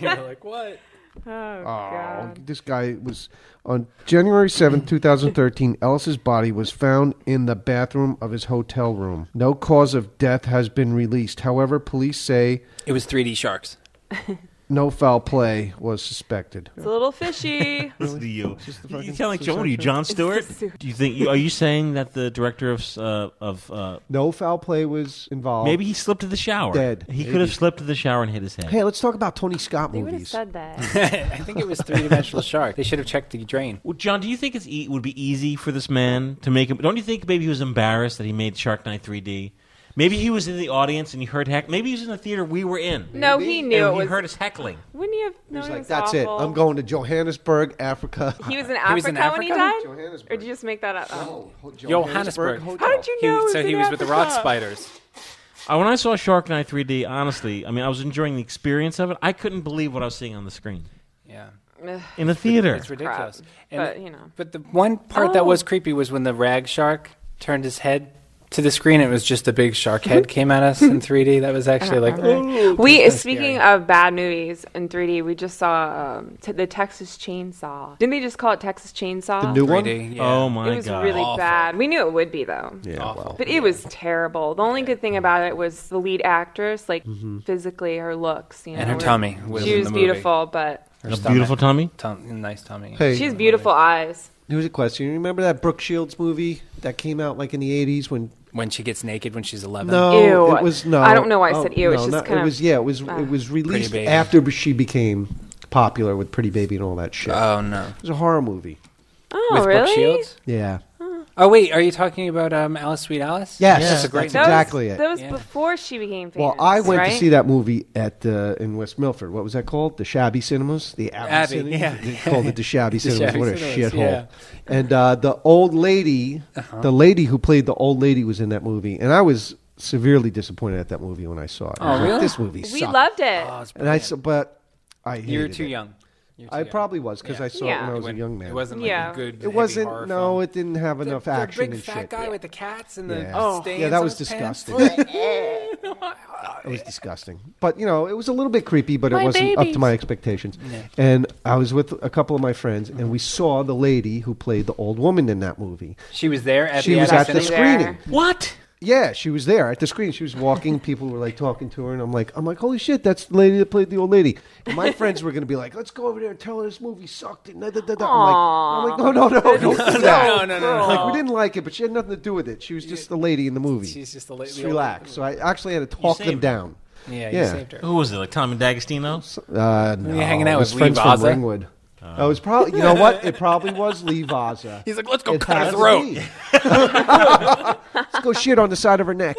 You're like, what? Oh, Oh, God. this guy was on January seventh, two 2013. Ellis's body was found in the bathroom of his hotel room. No cause of death has been released. However, police say It was 3D sharks. no foul play was suspected. It's a little fishy. Listen to you. fucking You sound like John. What are you, John Stewart? Do you think? You, are you saying that the director of s- uh, of uh, No foul play was involved. maybe he slipped to the shower? Dead. He could Maybe. have slipped to the shower and hit his head. Hey, let's talk about Tony Scott They would have movies. said that. I think it was three dimensional shark. They should have checked the drain. Well, John, do you think it's e- would be easy for this man to make him? Don't you think maybe he was embarrassed that he made Shark Night 3D? Maybe he was in the audience and he heard heck. Maybe he was in the theater we were in. No, he knew and it he was- heard us heckling. Wouldn't he have known He's it like, was that's awful? it. I'm going to Johannesburg, Africa. He was in Africa, He was in when he died? Africa? Or did you just make that up? Oh. Johannesburg. How did you He- know? it was so in he was with the rock Africa? spiders. Uh, when I saw Shark Night 3D, honestly, I mean, I was enjoying the experience of it. I couldn't believe what I was seeing on the screen Yeah. Ugh. in the theater. It's ridiculous. And But, the- you know. But the one part that Oh. was creepy was when the rag shark turned his head to the screen. It was just a big shark head came at us in 3D. That was actually like. Uh-uh. eh, "Ooh." We That's speaking scary. of bad movies in 3D, we just saw um, t- the Texas Chainsaw. Didn't they just call it Texas Chainsaw? The new one? 3D, yeah. Oh my it was god! really Awful. bad. We knew it would be though. Yeah, well. But it was terrible. The only good thing about it was the lead actress, like Mm-hmm. physically, her looks, you know, And her were- tummy was She in was the movie. beautiful, but Her a stomach. beautiful tummy. Tum- nice tummy. Hey. she has beautiful eyes. Here's a question. You remember that Brooke Shields movie that came out like in the 80s when When she gets naked when she's 11. No, Ew. it was no. Oh, I don't know why I said ew, No, it's just not- kind it of- was yeah. It was ah. it was released Baby. after she became popular with Pretty Baby and all that shit. Oh no. it was a horror movie. Oh, with really? Brooke Shields? Yeah. Oh wait, are you talking about um, Alice Sweet Yes, Alice? Yeah. that's, That's a great That was- exactly it. That was Yeah. before she became Well, famous. I went right? to see that movie at uh, in West Milford. What was that called? The Shabby Cinemas. The Abbey. Abbey, Cinemas? yeah. They called it the Shabby The Cinemas. Shabby what a Cinemas, shithole. yeah. Uh-huh. And uh, the old lady, the lady who played the old lady, was in that movie, and I was severely disappointed at that movie when I saw it. I Oh, was like, really? This movie. We sucked. loved it. Oh, it's And I brilliant. said, but I hated you were too it. young. You're too I young. probably was because Yeah. I saw it Yeah. when I was When- a young man. It wasn't like Yeah. a good. It wasn't- no, it didn't have enough action The big and fat shit. guy Yeah. with the cats and Yeah. the Oh. stains Yeah, that on was his pants. disgusting. It was disgusting, but you know, it was a little bit creepy, but it My wasn't up babies. to my expectations. And I was with a couple of my friends, and we saw the lady who played the old woman in that movie. she was there at she the was at the Abbey accident. Cinema. screening. What? Yeah, she was there at the screen. She was walking. People were like talking to her, and I'm like, I'm like, holy shit, that's the lady that played the old lady. And my friends were gonna be like, let's go over there and tell her this movie sucked. And da, da, da, da. I'm, like, I'm like, no, no, no, don't do that. No, no, no, no. Like we didn't like it, but she had nothing to do with it. She was just the lady in the movie. She's just the la- the old relax. So I actually had to talk saved them her. down. Yeah, you Yeah. saved her. Who was it? Like Tommy D'Agostino? Uh, no, you hanging out it was with Lee friends from Vaza? Ringwood. I was probably, you know what? It probably was Lee Vaza. He's like, let's go It cut had her to throat. be. Let's go shit on the side of her neck.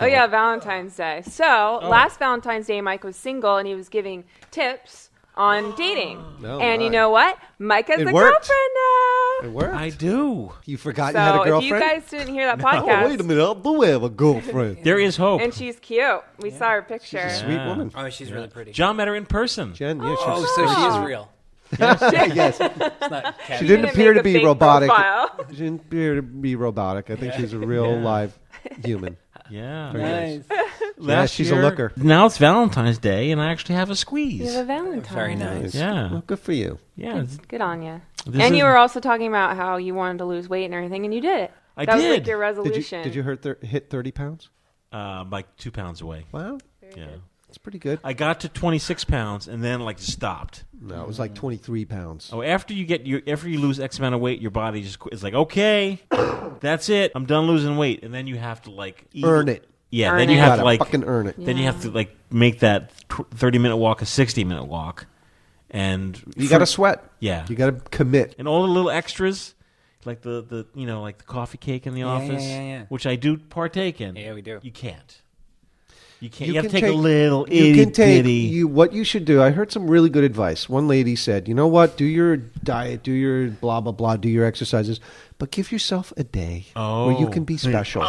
Oh yeah, Valentine's Day. So Oh. last Valentine's Day, Mike was single and he was giving tips on dating. Oh, and you my. know what? Mike has It a worked. girlfriend now. It worked. I do. you forgot you had a So if girlfriend. you guys didn't hear that Oh, podcast, wait a minute. I do have a girlfriend. There is hope. and she's cute. We saw her picture. Sweet woman. Oh, she's really pretty. John met her in person. Jen, yeah, she Oh, was- so she is real. yes. It's not cat. She didn't didn't appear make to a be fake robotic. profile. She didn't appear to be robotic. I think she's a real live human. Yeah. Nice. Last she's a year- looker. Now it's Valentine's Day, and I actually have a squeeze. You have a Valentine. Very nice. Yeah. Well, good for you. yeah, it's- Good on you. This and you is- were also talking about how you wanted to lose weight and everything, and you did it. I that was like did. your Did you, resolution. did you hurt thir- hit 30 pounds? uh, like two pounds away. Wow. Yeah. That's pretty good. I got to 26 pounds and then like stopped. No, it was like 23 pounds. Oh, after you get your after you lose X amount of weight, your body just qu- is like, okay, that's it. I'm done losing weight, and then you have to like eat. Earn it. Yeah, Earn then it. you You have gotta to like fucking earn it. Then you have to like make that tw 30 minute walk a 60 minute walk, and You for- got to sweat. Yeah. You got to commit. and all the little extras, like the the you know like the coffee cake in the yeah, office, yeah, yeah. which I do partake in. Yeah, we do. You can't. You can't. You, have to take, a little itty you can take bitty. you what you should do i heard some really good advice one lady said you know what do your diet do your blah blah blah do your exercises but give yourself a day where you Oh. can be special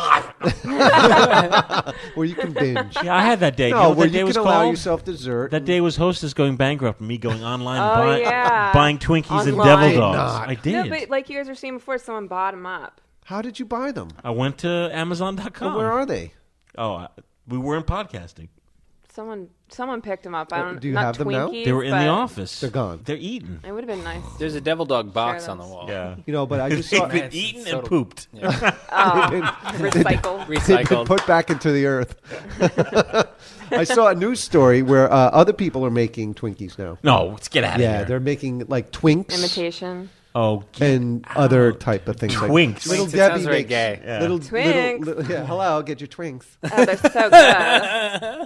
where you can binge yeah, I had that day. You know no what where that day you was can allow called? yourself dessert That day was hostess going bankrupt, and me going online Oh, buy, yeah. buying Twinkies and Online. Devil Did Dogs. not. I did. no, but like you guys were saying before, someone bought him up. how did you buy them I went to Amazon.com. Well, where are they oh, I, we were in podcasting. Someone, someone picked them up. I Uh, don't. do you not have them now? Twinkies, They were in the but office. They're gone. They're eaten. It would have been nice. There's a devil dog box Share on the those. wall. Yeah. You know, but I just saw They've been eaten and pooped. Yeah. Oh, They've been- recycled. they've been Recycled. put back into the earth. I saw a news story where uh, other people are making Twinkies now. No, let's get outta yeah, here. they're making like Twinks. Imitation. Oh, and other type of things. like- Twinks. little Twinks, it Debbie sounds very makes- gay. Yeah. Little Twinks. Little, li- yeah, hello, get your Twinks. Oh, they're so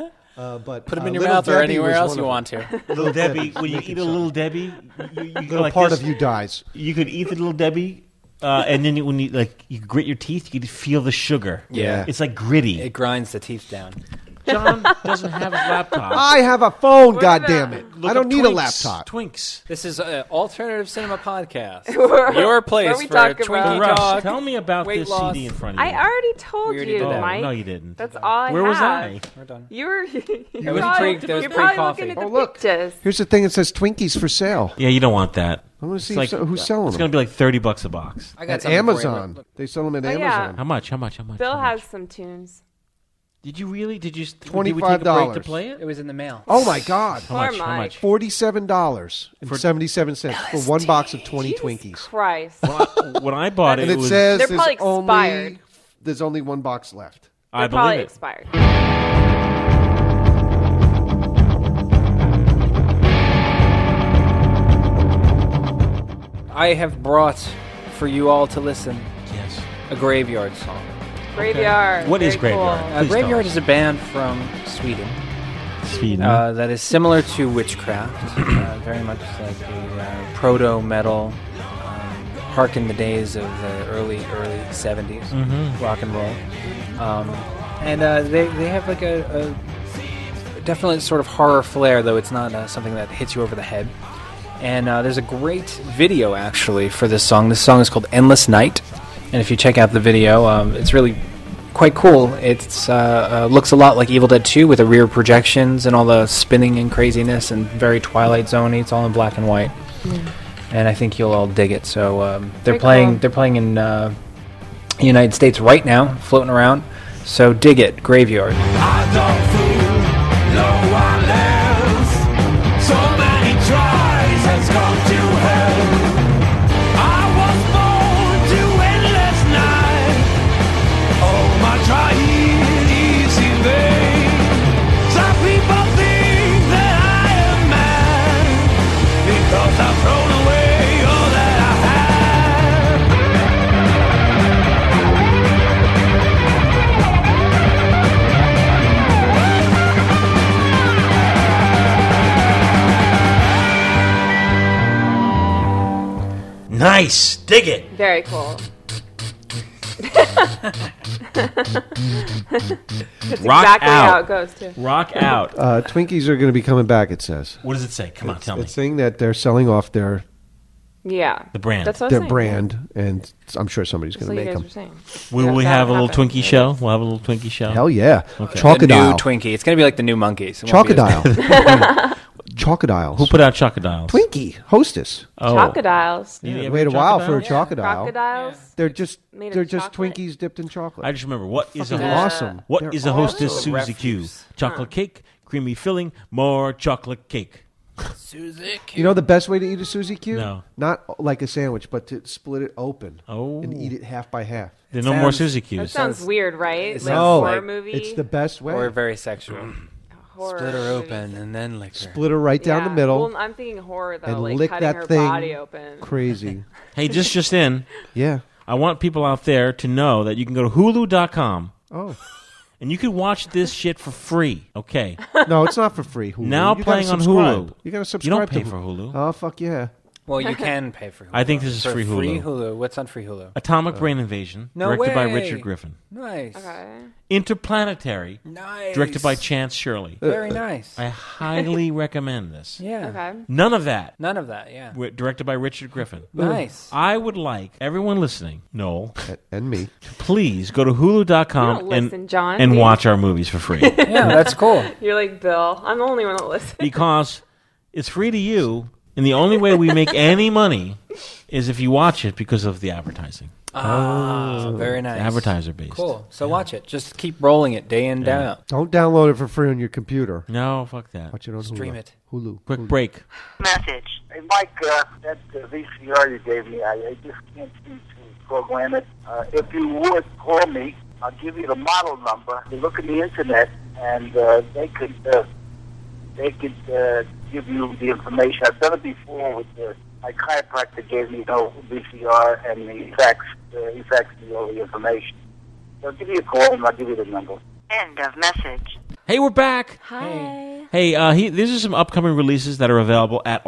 good. Uh, but Put them uh, in your Little mouth or Debbie anywhere was else one you of want them. to. Little Debbie, Debbie's when you making eat a some. little Debbie, you, you go little like part this. of you dies. You could eat the little Debbie, uh, and then you, when you like you grit your teeth, you could feel the sugar. Yeah. it's like gritty. It grinds the teeth down. John doesn't have his laptop. I have a phone, about- goddammit. Look I don't up need a Twinks. laptop. Twinks. This is an alternative cinema podcast. Your Where place we for talk about- Twinkie Rush, Talk. Tell me about weight this loss. CD in front of you. Oh, I already told We already you, did that. Mike. No, you didn't. That's all I Where was have. I? We're done. You were. you was probably, pre- that was you're probably pre-coffee. looking at the Oh, look. pictures. Here's the thing that says Twinkies for sale. Yeah, you don't want that. I want to see It's like- uh, so- who's selling It's gonna them. be like thirty bucks a box. I At something for you. Amazon. Look, They sell them at Oh, yeah. Amazon. How much? How much? How much? Bill how much? has some tunes. Did you really? Did you? Did we take a break $25. to play It it? was in the mail. Oh my God! How much? Poor How Mike. much? Forty-seven dollars and seventy-seven cents for one box of twenty Jesus Twinkies, Christ. When I bought it, and it was, says They're there's probably expired. only there's only one box left. I They're probably believe it. expired. I have brought for you all to listen Yes. a graveyard song. Graveyard. What is Very cool. Graveyard? Uh, Please graveyard tell is a band from Sweden. Sweden. uh, that is similar to witchcraft, uh, very much like the uh, proto metal, um, harken the days of the early early 70s rock and roll, um, and uh, they they have like a, a definite sort of horror flair, though it's not uh, something that hits you over the head. And uh, there's a great video actually for this song. This song is called "Endless Night," and if you check out the video, um, it's really quite cool. It's uh, uh, looks a lot like Evil Dead 2 with the rear projections and all the spinning and craziness and very Twilight Zoney. It's all in black and white, and I think you'll all dig it. So um, they're Very playing. cool. They're playing in uh, United States right now, floating around. So dig it, Graveyard. Nice. Dig it. Very cool. That's Rock exactly out. how it goes too. Rock out. Uh, Twinkies are going to be coming back. It says What does it say? Come on, tell me. it's saying that they're selling off their Yeah. The brand. That's what I was their saying. brand, and I'm sure somebody's That's going to what Oh, you make guys them. were saying. Will Yeah, we that'll have a little happen. Twinkie show? We'll have a little Twinkie show. Hell yeah! The new Chocodile. Twinkie. It's gonna be like the new monkeys. It won't be as Chocodile. Chocodile. Who put out Chocodiles? Twinkie Hostess? Oh. Crocodiles. You Wait ever a while for a Chocodile? crocodile. Crocodiles. They're just Made of they're just chocolate? Twinkies dipped in chocolate. I just remember what is a Fucking host? awesome. What is They're a hostess awesome. Susie Q? Refuse. Chocolate cake, creamy filling, more chocolate cake. you know the best way to eat a Suzy Q? No. Not like a sandwich, but to split it open Oh. and eat it half by half. There are no more sounds- Suzy That Qs. sounds, sounds- weird, right? it like sounds Oh. horror like- movie. It's the best way. Or very sexual. horror Split her movie. open and then liquor. split it right down Yeah. the middle. Well, I'm thinking horror though, and like lick cutting that her thing body open. Crazy. Hey, just just in. Yeah. I want people out there to know that you can go to Hulu.com Oh. and you can watch this shit for free. Okay. No, it's not for free. Hulu. Now You gotta playing on subscribe. Hulu. You got to subscribe You don't to pay for Hulu. Oh, fuck yeah. Well, you can pay for. Hulu. I think this is For free Free Hulu. Hulu. What's on free Hulu? Atomic Brain Invasion, No directed by way. Richard Griffin. Nice. Okay. Interplanetary, Nice. directed by Chance Shirley. Very nice. I highly recommend this. Yeah. Okay. None of that. None of that. Yeah. Wi- Directed by Richard Griffin. Nice. I would like everyone listening, Noel, And- And me. please go to hulu.com You don't listen, and, John, and do you? watch our movies for free. Yeah, that's cool. You're like Bill. I'm the only one that listens. because it's free to you, and the only way we make any money is if you watch it because of the advertising. Ah, very nice. Uh, Advertiser based. Cool. So watch it. Just keep rolling it day in, day out. Don't download it for free on your computer. No, fuck that. Watch it on Stream Hulu. it. Hulu. Quick Hulu. break. Message. Hey, Mike, uh, that uh, VCR you gave me, I, I just can't seem to program it. Uh, if you would call me, I'll give you the model number. You look at the internet, and uh, they could uh, they could uh, give you the information. I've done it before with the, my chiropractor gave me the VCR and the fax. Uh, he faxed me all the information. So give me a call, and I'll give you the number. End of message. Hey, we're back. Hi. Hey, uh, he, these are some upcoming releases that are available at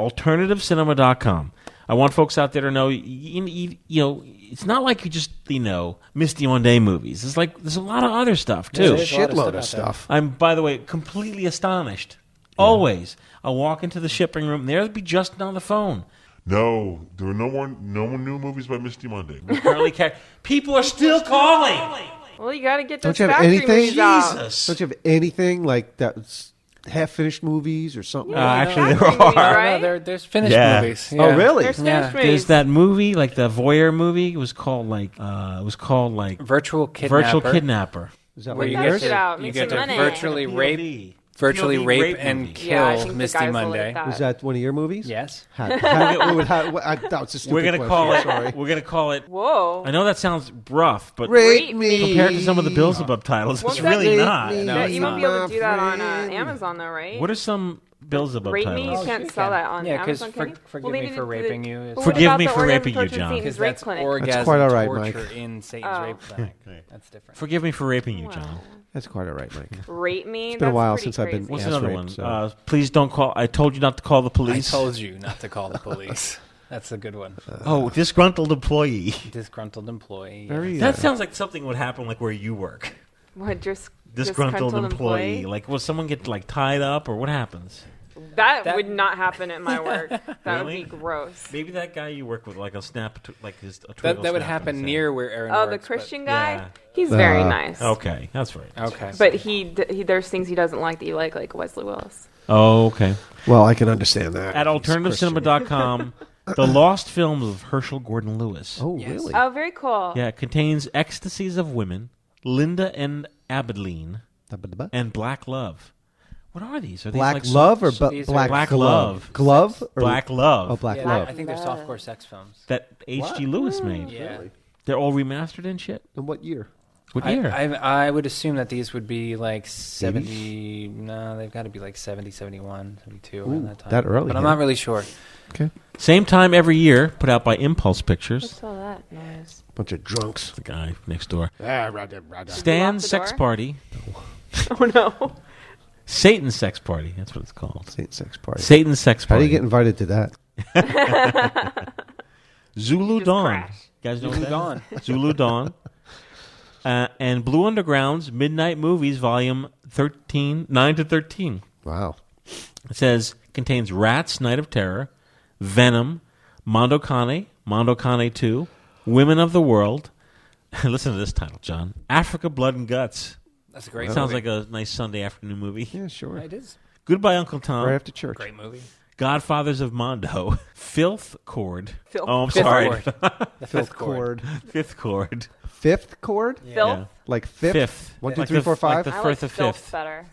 alternativecinema.com. I want folks out there to know, you, you, you know, it's not like you just, you know, Misty One Day movies. It's like there's a lot of other stuff, too. There's a shitload of stuff. I'm, by the way, completely astonished. Always. I'll walk into the shipping room, and there'll be Justin on the phone. No, there were no more no more new movies by Misty Monday. Curly car- People are still calling. Well, you got to get Don't those you have factory anything? movies out. Don't you have anything like that's half finished movies or something? Uh, actually, there are. No, there- there's finished Yeah. movies. Oh, really? There's finished movies. There's that movie, like the voyeur movie. It was called like uh, it was called like Virtual Virtual Kidnapper. Kidnapper. Is that Where what you you it get is? to- Check it out. you Make get some to money. virtually rape- virtually POV rape and movie. Yeah, I kill think the Misty guys will like Monday. that. Was that one of your movies? Yes. How, how, how, how, I- that was a stupid We're gonna question, call it. Sorry. We're gonna call it. Whoa. I know that sounds rough, but Rape me. compared to some of the Beelzebub titles, Won't it's that be- really not. that- it's you not. won't be able to do that on uh, Amazon, though, right? What are some Beelzebub Rape me? titles? You can't sell that on Yeah, 'cause Amazon. for- can you? forgive Well, me they did for it to the- raping you is Well, Forgive about me the for orgasm raping you, torture John. scene in Because rape that's clinic. orgasm quite all right, torture Mike. in Satan's Oh. rape clinic. That's different. Forgive me for raping you, John. That's quite all right, Mike. Rape me. It's been a That's while pretty since I've been crazy. What's ass another raped, one? so- Uh, please don't call. I told you not to call the I police. told uh, you not to call the police. That's a good one. Oh, disgruntled employee. Disgruntled employee. Very, yes. That sounds like something would happen like where you work. What, dis- Disgruntled, employee. employee? Like, will someone get like tied up or what happens? That, would not happen at my work. That Really? would be gross. Maybe that guy you work with, like a snap, t- like his. A That, Tweedle that would snap happen on near where Aaron Oh, the works, but- Christian guy? Yeah. He's Uh, very nice. Okay, that's right. Okay. But he, d- he, there's things he doesn't like that you like, like Wesley Willis. Oh, okay. Well, I can understand that. At alternativecinema.com, the lost films of Herschel Gordon Lewis. Oh, really? Oh, very cool. Yeah, it contains Ecstasies of Women, Linda and Abilene, Abadaba? and Black Love. What are these? Are these Black like so- Love or so- bu- Black, Black Glove? Love. Glove? Or, Black Love. Oh, Black Yeah, Love. I think they're softcore sex films. that H.G. Lewis made? Mm. Yeah. Really? They're all remastered and shit. In what year? What I, year? I, I would assume that these would be like 70. No, they've got to be like 70, 71, 72 around Ooh, that time. that early, But I'm huh? not really sure. Same time every year, put out by Impulse Pictures. What's all that noise? Bunch of drunks. The guy next door. Ah, right, right, right. Lock Stan's the Sex door? Party. Oh, no. Satan's Sex Party. That's what it's called. Satan's Sex Party. Satan's Sex How do Party. you get invited to that? Zulu Dawn. crash. You guys know Zulu what Dawn. that is? Zulu Dawn. Uh, and Blue Underground's Midnight Movies, Volume 13, 9 to 13. Wow. It says contains Rats, Night of Terror, Venom, Mondo Kane, Mondo Kane 2, Women of the World. Listen to this title, John. Africa, Blood and Guts. That's a Oh, great Sounds movie. like a nice Sunday afternoon movie. Yeah, sure. It is. Goodbye, Uncle Tom. Right after church. Great movie. Godfathers of Mondo. Filth Chord. Filth- Oh, I'm Fifth sorry. chord. The fifth chord. Fifth chord. Fifth chord? Filth? Yeah. Like fifth? Fifth. One, two, Like three, the- four, five? like I like Firth of filth fifth. better.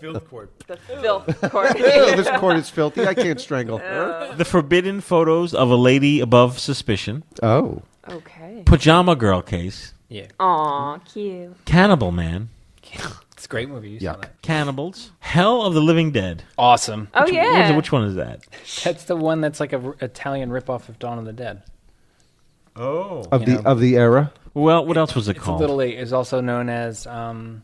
Field court. The filth court. Ew, this cord is filthy. I can't strangle. Uh, The forbidden photos of a lady above suspicion. Oh. okay. Pajama girl case. Yeah. Aw, cute. Cannibal man. It's a great movie. You saw Yuck. that. Cannibals. Hell of the living dead. Awesome. Oh, yeah. Which, which one is that? That's the one that's like a r- Italian ripoff of Dawn of the Dead. Oh. Of You the know. of the era? Well, what else was it It's called? a little late. It's also known as um,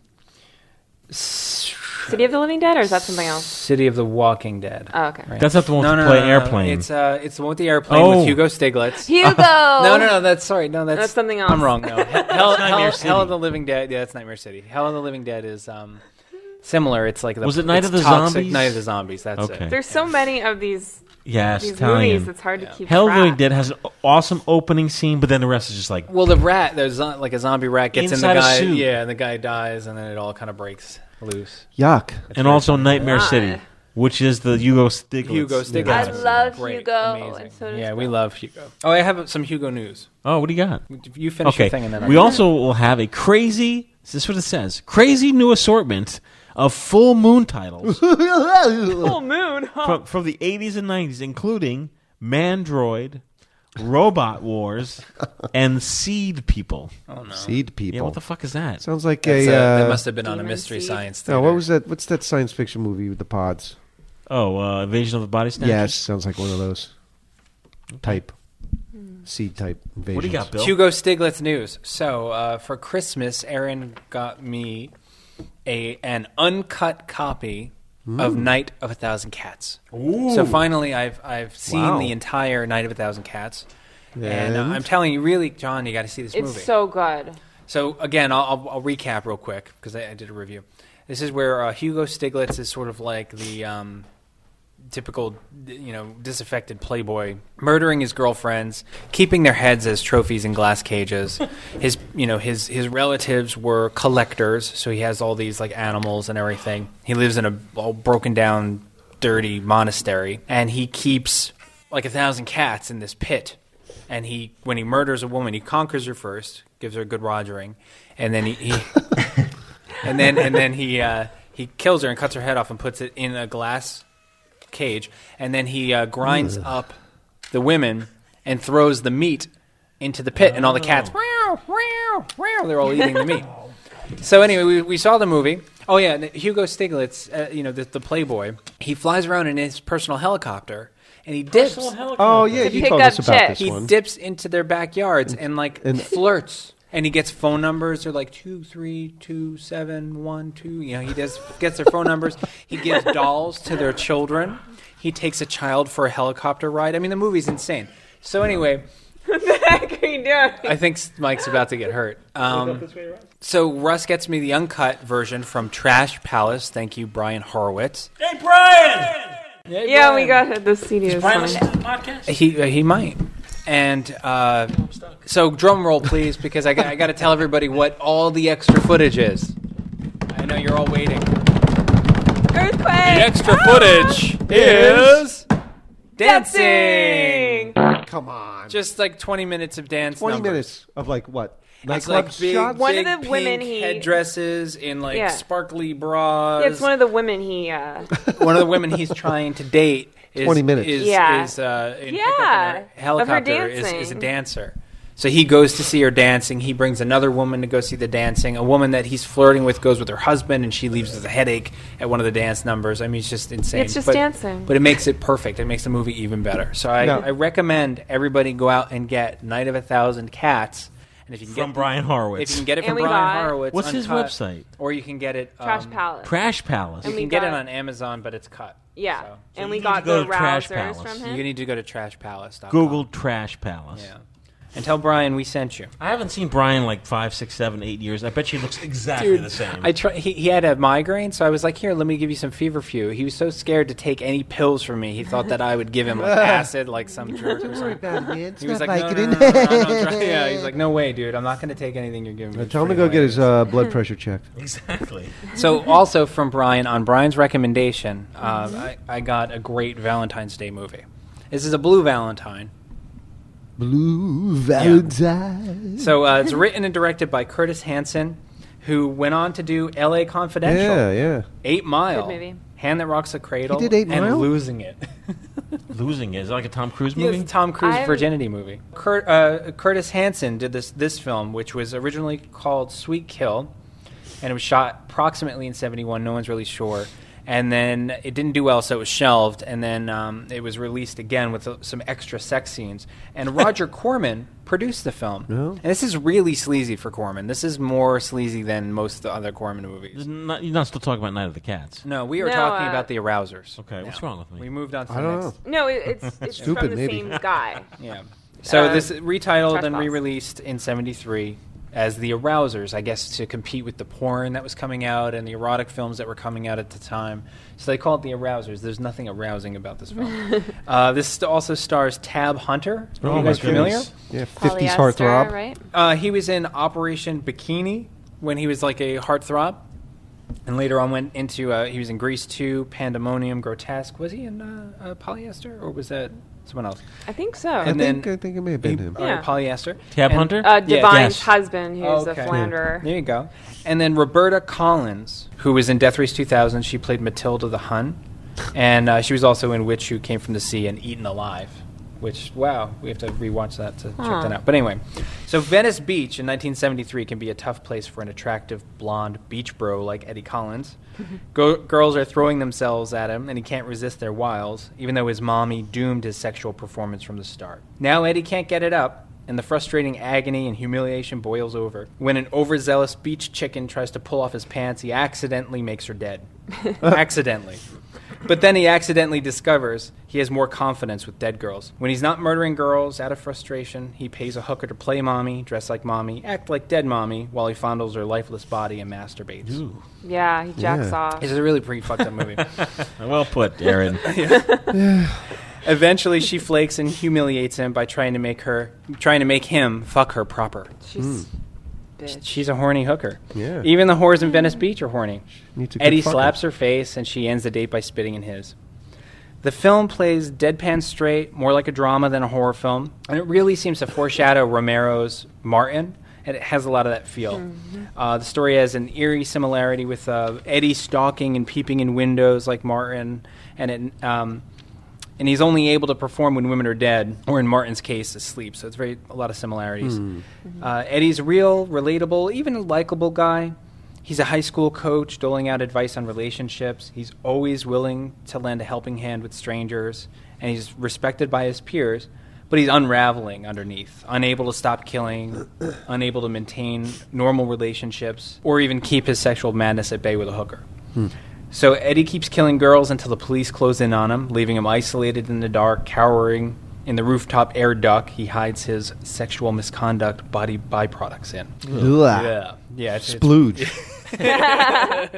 S- City of the Living Dead, or is that something else? City of the Walking Dead. Oh, okay. Right. That's not the one no, with no, the play no, no, no. airplane. It's uh, it's the one with the airplane Oh. with Hugo Stiglitz. Hugo! No, no, no. That's sorry. No, that's, That's something else. I'm wrong. No, Hell, Nightmare Hell, City. Hell of the Living Dead. Yeah, that's Nightmare City. Hell of the Living Dead is um, similar. It's like the, Was it Night it's of the toxic Zombies? Night of the Zombies. That's Okay. it. There's so many of these, yes, these Italian. movies, it's hard to keep Hell of track. the living dead has an awesome opening scene, but then the rest is just like Well, the rat. There's zo- like a zombie rat gets in Inside a the guy. suit. Yeah, and the guy dies, and then it all kind of breaks loose. Yuck. and also Nightmare God. City. which is the Hugo Stiglitz. Hugo Stiglitz. I That's love great, Hugo. amazing. And so does yeah, we love Hugo. Oh, I have some Hugo news. Oh, what do you got? You finish okay. your thing and then I'll we do it. also will have a crazy. This is what it says: crazy new assortment of full moon titles Full Oh, moon. huh? from, from the '80s and '90s, including Mandroid, Robot Wars, and Seed People. Oh no, Seed People. Yeah, what the fuck is that? Sounds like That's a. a- uh, that must have been on a mystery science. No, Theater. what was that? What's that science fiction movie with the pods? Oh, uh, Invasion of the Body Snatchers. Yes, sounds like one of those type seed type invasions. do you got, Bill? Hugo Stiglitz news. So uh, for Christmas, Aaron got me a an uncut copy of Ooh. Night of a Thousand Cats. Mm. Ooh. So finally, I've I've seen Wow. the entire Night of a Thousand Cats, and, And? uh, I'm telling you, really, John, you got to see this It's movie. so good. So again, I'll, I'll, I'll recap real quick because I, I did a review. This is where uh, Hugo Stiglitz is sort of like the um, typical, you know, disaffected playboy, murdering his girlfriends, keeping their heads as trophies in glass cages. his, you know, his his relatives were collectors, so he has all these like animals and everything. He lives in a all broken down, dirty monastery, and he keeps like a thousand cats in this pit and he when he murders a woman, he conquers her first, gives her a good rogering, and then he, he and then and then he uh, he kills her and cuts her head off and puts it in a glass cage, and then he uh, grinds Ugh. up the women and throws the meat into the pit, and all the cats they're all eating the meat. So anyway, we, we saw the movie. Oh yeah, and Hugo Stiglitz, uh, you know the, the Playboy. He flies around in his personal helicopter, and he dips. Oh, yeah, To you pick told us up about chicks. this he one. dips into their backyards and like and- flirts, and he gets phone numbers. They're like two, three, two, seven, one, two. You know, he does gets their phone numbers. He gives dolls to their children. He takes a child for a helicopter ride. I mean, the movie's insane. So anyway. What the heck are you doing? I think Mike's about to get hurt. Um, so Russ gets me the uncut version from Trash Palace. Thank you, Brian Horowitz. Hey, Brian! Yeah, we got the CD. Is Brian fine. listen to the podcast? He uh, he might. And uh, so drum roll, please, because I, got to tell everybody what all the extra footage is. I know you're all waiting. Earthquake. The extra Ah, footage is dancing. Come on. Just like 20 minutes of dance. 20 numbers. minutes of like what? It's Nightclub like big, shots? One big of the women pink he- headdresses in like Yeah. sparkly bras. Yeah, it's one of the women he. Uh, one of the women he's trying to date is 20 minutes. is, Yeah. is uh, in Yeah, Pick Up in of her her helicopter is, is a dancing. dancer. So he goes to see her dancing. He brings another woman to go see the dancing. A woman that he's flirting with goes with her husband, and she leaves with a headache at one of the dance numbers. I mean, it's just insane. It's just But- dancing. but it makes it perfect. It makes the movie even better. So I, No. I recommend everybody go out and get Night of a Thousand Cats. And if you can From get Brian Horowitz. if you can get it And from we Brian bought- Horowitz, What's his uncut, website? Or you can get it Trash um, Palace. Trash Palace. You And we can get it got- on Amazon, but it's cut. yeah, and we you need to got go the to Trash rousers Palace. from You him. need to go to trashpalace.com. Google Trash Palace. Yeah. And tell Brian we sent you. I haven't seen Brian in, like five, six, seven, eight years. I bet she looks exactly the same. I try, he, he had a migraine, so I was like, "Here, let me give you some feverfew." He was so scared to take any pills from me. He thought that I would give him like acid, like some jerk or something. he was not like, no, no, Vicodin." no, no, no, no, no, yeah, he's like, "No way, dude! I'm not going to take anything you're giving me." Tell him to It's go pretty get his uh, blood pressure checked. Exactly. So, also from Brian, on Brian's recommendation, uh, I, I got a great Valentine's Day movie. This is a blue Valentine. Blue Valentine. So uh, it's written and directed by Curtis Hanson, who went on to do L.A. Confidential. Yeah, yeah. Eight Mile. Good movie. Hand that rocks a cradle. He did Eight and Mile? losing it. Losing it. Is it like a Tom Cruise Yeah, movie? it's a Tom Cruise I'm- virginity movie. Cur- uh, Curtis Hanson did this this film, which was originally called Sweet Kill, and it was shot approximately in '71. No one's really sure. And then it didn't do well, so it was shelved. And then um, it was released again with uh, some extra sex scenes. And Roger Corman produced the film. And this is really sleazy for Corman. This is more sleazy than most of the other Corman movies. Not, you're not still talking about Night of the Cats. No, we are No, talking uh, about the arousers. Okay, what's wrong with me? We moved on to I the don't next. know. No, it, it's it's Stupid, from the maybe. same guy. Yeah. So Uh, this is retitled Trash and Box. re-released in '73 as the Arousers, I guess, to compete with the porn that was coming out and the erotic films that were coming out at the time. So they call it the Arousers. There's nothing arousing about this film. uh, this also stars Tab Hunter. Are Oh you my guys familiar? goodness. Yeah, 50s heartthrob. right? Uh, he was in Operation Bikini when he was like a heartthrob. And later on, went into uh, he was in Grease Two, Pandemonium, Grotesque. Was he in uh, uh, Polyester or was that someone else? I think so. And I then think- I think it may have been he- Oh, him. or Yeah. Polyester. Tab And- Hunter? Uh, Yes. Divine's husband, who's Okay. a philanderer. There you go. And then Roberta Collins, who was in Death Race 2000, she played Matilda the Hun, and uh, she was also in Witch Who Came from the Sea and Eaten Alive. Which wow, we have to rewatch that to Huh. check that out. But anyway, so Venice Beach in 1973 can be a tough place for an attractive blonde beach bro like Eddie Collins. Go- girls are throwing themselves at him, and he can't resist their wiles, even though his mommy doomed his sexual performance from the start. Now Eddie can't get it up, and the frustrating agony and humiliation boils over. When an overzealous beach chicken tries to pull off his pants, he accidentally makes her dead. accidentally. But then he accidentally discovers he has more confidence with dead girls. When he's not murdering girls out of frustration, he pays a hooker to play mommy, dress like mommy, act like dead mommy, while he fondles her lifeless body and masturbates. Yeah, he jacks Yeah. off. This is a really pretty fucked up movie. well put, Aaron. Yeah. Eventually, she flakes and humiliates him by trying to make her, trying to make him fuck her proper. She's bitch. She's a horny hooker. Yeah. Even the whores in Venice Beach are horny. Needs a good Eddie fucker. slaps her face, and she ends the date by spitting in his. The film plays deadpan straight, more like a drama than a horror film, and it really seems to foreshadow Romero's Martin, and it has a lot of that feel. Uh, the story has an eerie similarity with uh, Eddie stalking and peeping in windows like Martin, and it, um, and he's only able to perform when women are dead, or in Martin's case, asleep. So it's very a lot of similarities. Hmm. Uh, Eddie's real, relatable, even a likable guy. He's a high school coach doling out advice on relationships. He's always willing to lend a helping hand with strangers, and he's respected by his peers. But he's unraveling underneath, unable to stop killing, unable to maintain normal relationships, or even keep his sexual madness at bay with a hooker. Hmm. So Eddie keeps killing girls until the police close in on him, leaving him isolated in the dark, cowering in the rooftop air duct he hides his sexual misconduct body byproducts in. Ugh. Yeah. Yeah. It's, it's- Splooge. Uh,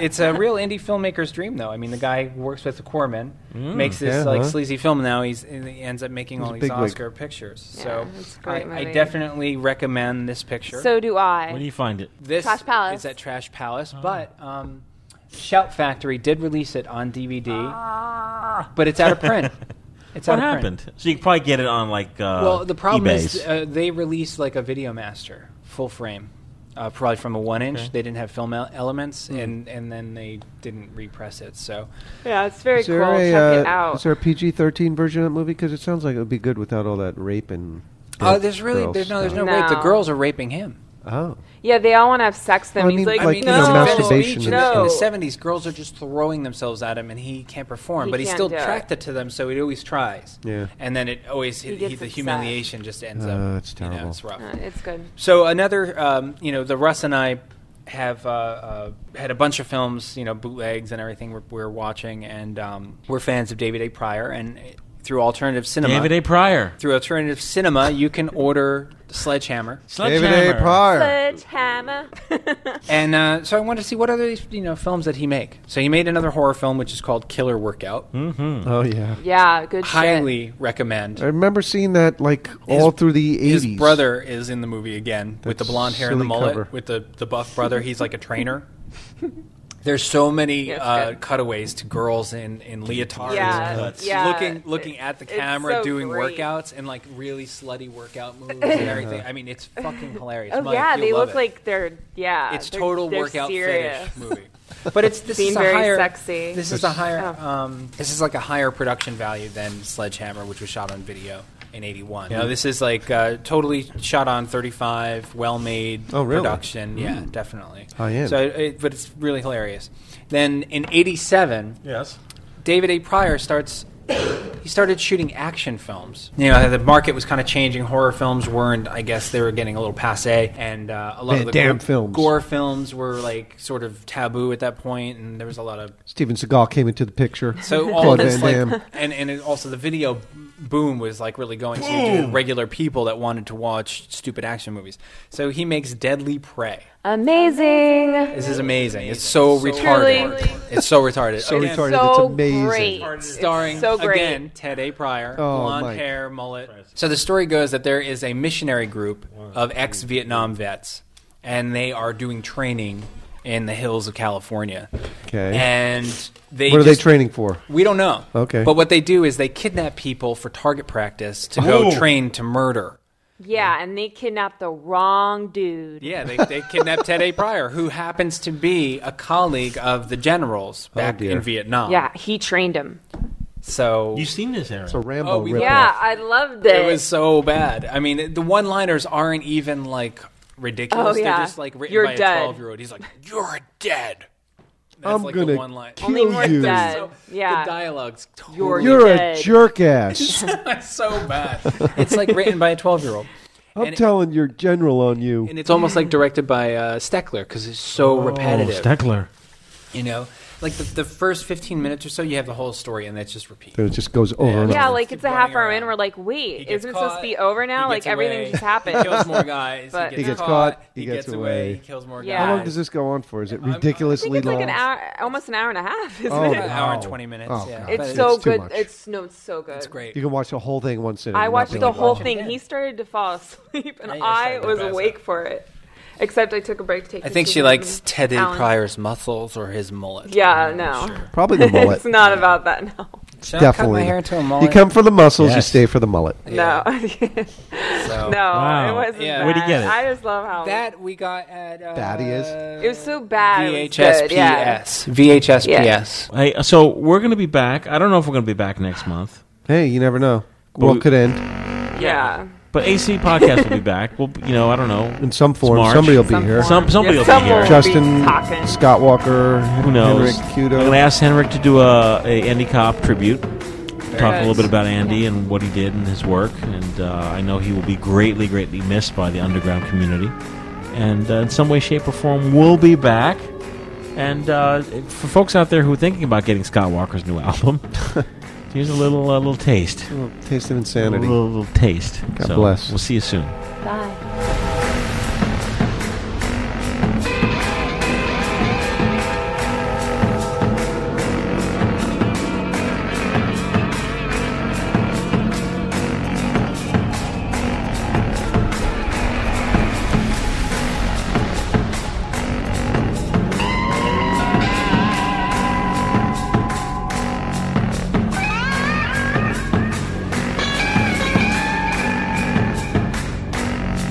it's, it's a real indie filmmaker's dream, though. I mean, the guy who works with the Corman, Mm. makes this Yeah, like huh? sleazy film. Now he's and he ends up making He's all a these big wig. Oscar pictures. so it's a great I, I movie. definitely recommend this picture. So do I. Where do you find it? This Trash Palace. is at Trash Palace, but um, Shout Factory did release it on DVD, Ah. but it's out of print. It's what out of print. happened? So you can probably get it on like uh, well, the problem eBay's. is uh, they released like a Video Master full frame, uh, probably from a one inch. They didn't have film el- elements, Hmm. and and then they didn't repress it. So Yeah, it's very Is there cool. a, Check it uh, out. Is there a PG thirteen version of that movie? Because it sounds like it would be good without all that rape and. Oh, dead there's really girls there's no there's no, stuff. rape. The No. girls are raping him. Oh, yeah, they all want to have sex. Then Well, I he's mean, like, like, you no, know, masturbation in, and the- no. in the seventies, girls are just throwing themselves at him, and he can't perform. He but he's can't still do it. attracted to them, so he always tries. Yeah. and then it always he, He gets the upset. humiliation just ends Oh, up. it's you know, terrible. it's rough. Uh, it's good. So another, um, you know, the Russ and I have uh, uh, had a bunch of films, you know, bootlegs and everything we're, we're watching, and um, we're fans of David A. Pryor, and uh, through alternative cinema, David A. Pryor. Through alternative cinema, you can order Sledgehammer. David A. Pryor. Sledgehammer. And uh, so I wanted to see what other these, you know films that he make. So he made another horror film which is called Killer Workout. Mm-hmm. Oh yeah. yeah, good shit. Highly recommend. I remember seeing that like all through the His eighties. brother is in the movie again with the That's blonde hair and the silly mullet. cover. With the, the buff brother, he's like a trainer. There's so many Yeah, it's uh, good. cutaways to girls in, in leotards, Yeah, uh, yeah. looking looking at the It's camera, so doing great. workouts and like really slutty workout moves and everything. I mean, it's fucking hilarious. Oh Mike, yeah, you'll they love look it. like they're yeah. It's they're- total they're workout serious. fetish movie. But it's this Being is a very higher, sexy. This is a higher. Um, this is like a higher production value than Sledgehammer, which was shot on video in '81. You know, this is like uh, totally shot on 35, well-made Oh, really? production. Yeah, Mm. definitely. High-end. So, it, but it's really hilarious. Then in '87, yes, David A. Pryor starts. He started shooting action films. You know, the market was kind of changing. Horror films weren't. I guess they were getting a little passe, and uh, a lot Van of the Damme gore, films. gore films were like sort of taboo at that point, and there was a lot of Steven Seagal came into the picture. so all Claude this, Van Damme. like, and and it, also the video boom was like really going to Boom. regular people that wanted to watch stupid action movies. So he makes Deadly Prey. Amazing. This is amazing. It's so, retarded. Truly. It's so retarded. So Again, retarded. So it's amazing. great. starring It's so great. again Ted A. Pryor, Oh, blonde Mike. hair, mullet. So the story goes that there is a missionary group of ex-Vietnam vets, and they are doing training in the hills of California. Okay. And they What are they just- training for? We don't know. Okay. But what they do is they kidnap people for target practice to Oh. go train to murder. Yeah, and they kidnapped the wrong dude. Yeah, they, they kidnapped Ted A. Pryor, who happens to be a colleague of the generals Oh, back dear. in Vietnam. Yeah, he trained him. So you've seen this, Aaron? It's a Rambo Yeah, I loved it. It was so bad. I mean, it- the one-liners aren't even like ridiculous. Oh, yeah. They're just like written You're by dead. a twelve-year-old. He's like, "You're dead." That's I'm like gonna the one line. kill Only more you. dead. Yeah. the dialogue's totally You're You're a jerk ass. It's so bad. It's like written by a twelve-year-old. I'm And it- telling your general on you. and it's almost like directed by uh, Steckler because it's so Oh, repetitive. Steckler. You know, like the, the first fifteen minutes or so, you have the whole story, and that's just repeat. It just goes over and over. yeah, like it's a half hour in. We're like, wait, isn't it supposed to be over now? Like everything just happened. He kills more guys. But- he he gets gets, caught. caught. He gets away. He kills more Yeah. How long guys. does this go on for? Is it ridiculously It's like long? an hour, almost an hour and a half, isn't Oh, it? An hour and wow. 20 minutes, Oh, yeah. God. It's But so it's too good. much. It's no, it's so good. It's great. You can watch the whole thing in one sitting. I and not watched be the like, whole "Wow." thing. He started to fall asleep, and Yeah, yeah, I started to was pass awake for it. Except I took a break to take. I think pictures she of likes him. Teddy Alan. Pryor's muscles or his mullet. Yeah, no. Probably the mullet. it's not about that now. Should I cut my Definitely. hair into a You mullet? come for the muscles, you Yes. stay for the mullet. No. So- no, Wow. it wasn't Yeah. bad. Where'd you get it? I just love how that we got at uh, That he is. it was so bad. it was VHS good, yeah. VHS Hey, uh, so we're going to be back. I don't know if we're going to be back next month. Hey, you never know. But One we- could end Yeah. But AC podcast will be back. Well, you know, I don't know. in some It's form. March. Somebody will be here. Some, somebody will be here. Justin, Scott Walker, Who knows? Henrik I'm Kudo. going to ask Henrik to do a, a Andy Cobb tribute. Talk a little nice. bit about Andy and what he did and his work, and uh, I know he will be greatly, greatly missed by the underground community. And uh, in some way, shape, or form, we'll be back. And uh, for folks out there who are thinking about getting Scott Walker's new album, here's a little, uh, little taste, a little taste of insanity. a little, little taste. God So, bless. We'll see you soon. Bye.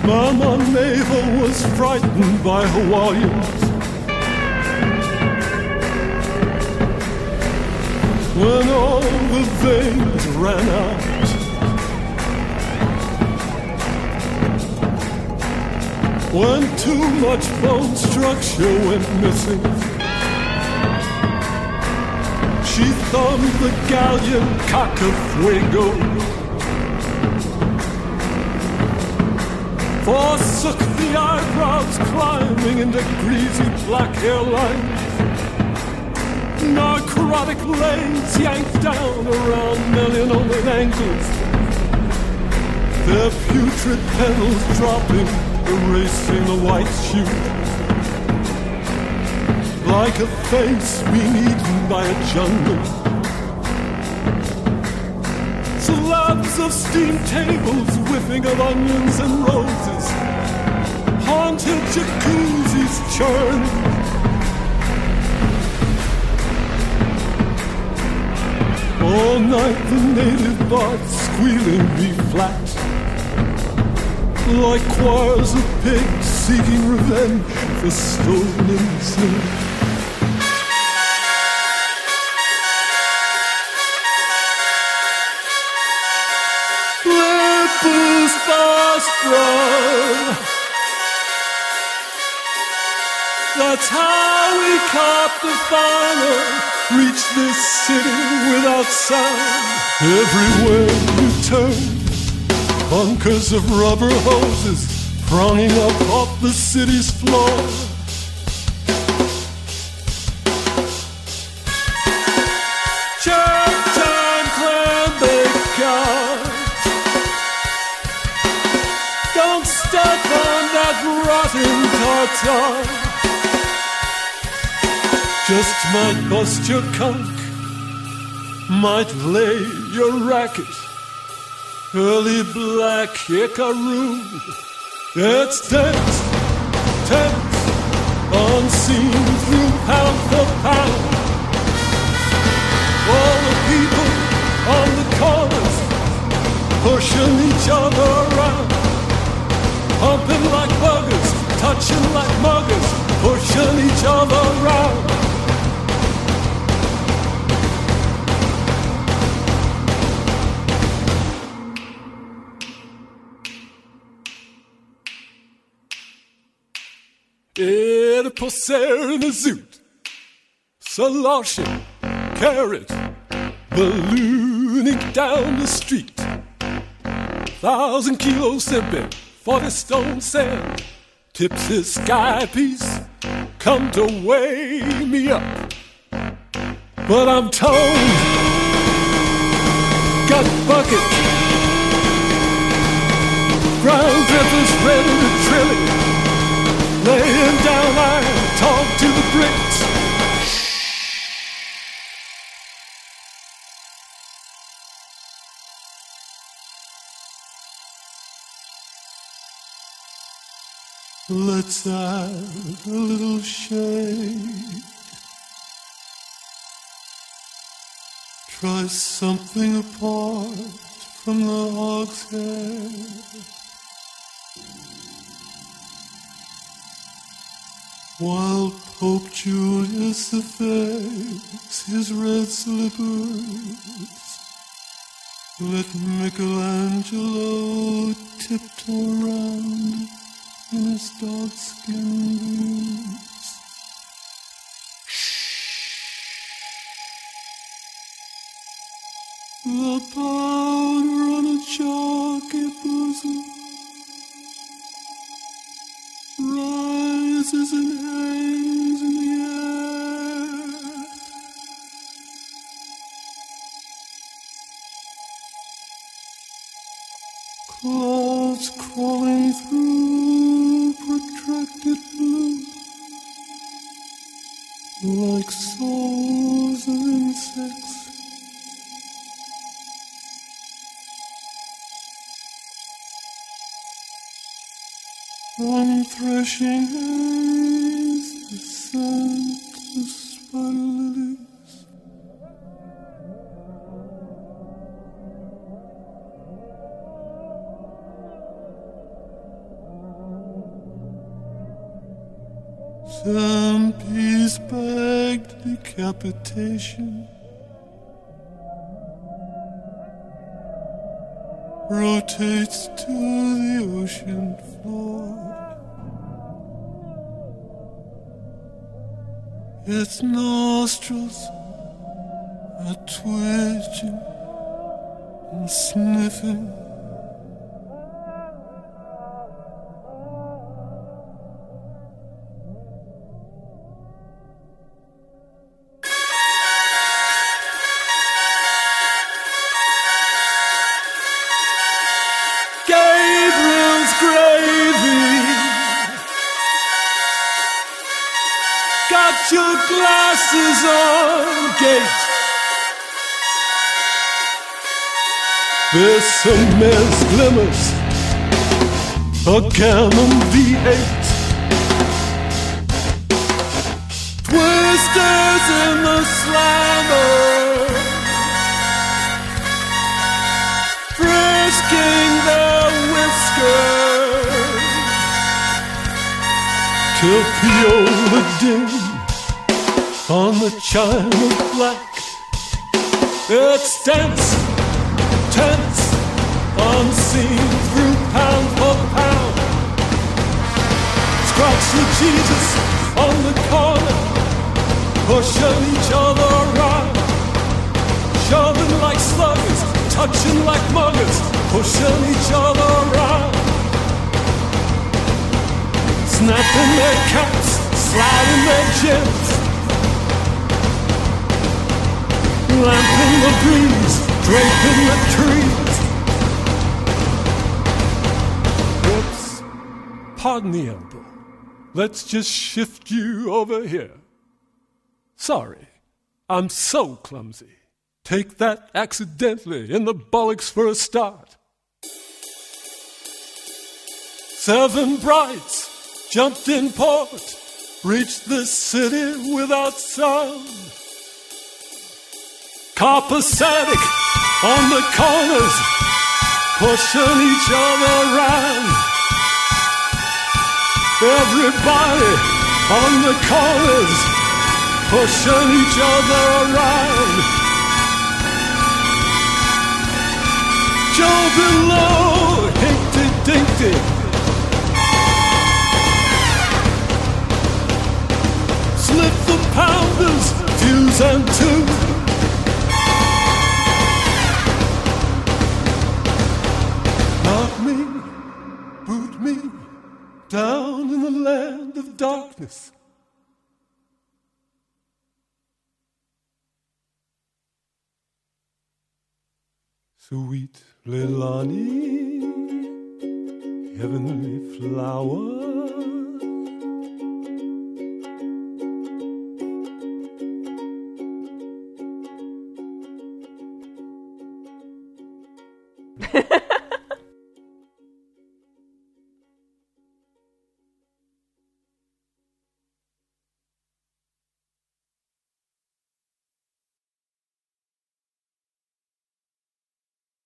Mama Mabel was frightened by Hawaiians. When all the veins ran out. When too much bone structure went missing. She thumbed the galleon cock of Fuego. Forsook the eyebrows climbing into greasy black hairlines. Narcotic legs yanked down around melanoid angles. Their putrid petals dropping, erasing the white hue. Like a face being eaten by a jungle. Slabs of steam tables, whiffing of onions and roses. Haunted jacuzzis churn. All night the native bards squealing B-flat. Like choirs of pigs seeking revenge for stolen silver. Ripples fast blood. That's how we caught the final. Reach this city without sound. Everywhere you turn, bunkers of rubber hoses pronging up off the city's floor. Church time, clam bake Don't step on that rotten tartar. Just might bust your conch, might lay your racket. Early black hickaroo. It's tense, tense, unseen through pound for pound. All the people on the corners pushing each other around, pumping like buggers, touching like muggers, pushing each other around. Oedipus there in a zoot. Solution, carrot, ballooning down the street. Thousand kilos simping, 40 stone sand. Tips his sky piece, come to weigh me up. But I'm toned, gut bucket. Ground drippers ready to drill it. Laying down iron, talk to the bricks. Let's add a little shade. Try something apart from the hog's head. While Pope Julius affects his red slippers, let Michelangelo tiptoe round in his dark skin boots. The powder on a chalky bosom rises and hangs in the air. Clouds crawling through protracted blue like souls of insects. From threshing haze, the scent of spider lilies. Some peace begged decapitation. Rotates to the ocean floor. Its nostrils are twitching and sniffing. Gabriel's gravy. Got your glasses on, Gate. There's some men's glimmers. A Canon V8. Twisters in the slammer. Frisking their whiskers till Peola ding on the chime of black. It's tense, tense, unseen through pound for pound. Scratch the Jesus on the corner, pushing each other around, shoving like sluggers, touching like muggers, pushing each other around snapping their caps, sliding their jets, lamping the breeze, draping the trees. Oops, pardon the elbow. Let's just shift you over here. Sorry, I'm so clumsy. Take that accidentally in the bollocks for a start. Seven brides jumped in port. reached the city without sound. Copacetic on the corners, pushing each other around. Everybody on the corners, pushing each other around. Joe below, hinkty dinkty. Slip the pounders, fuse and two. Knock me, boot me, down in the land of darkness. Sweet Leilani, heavenly flower.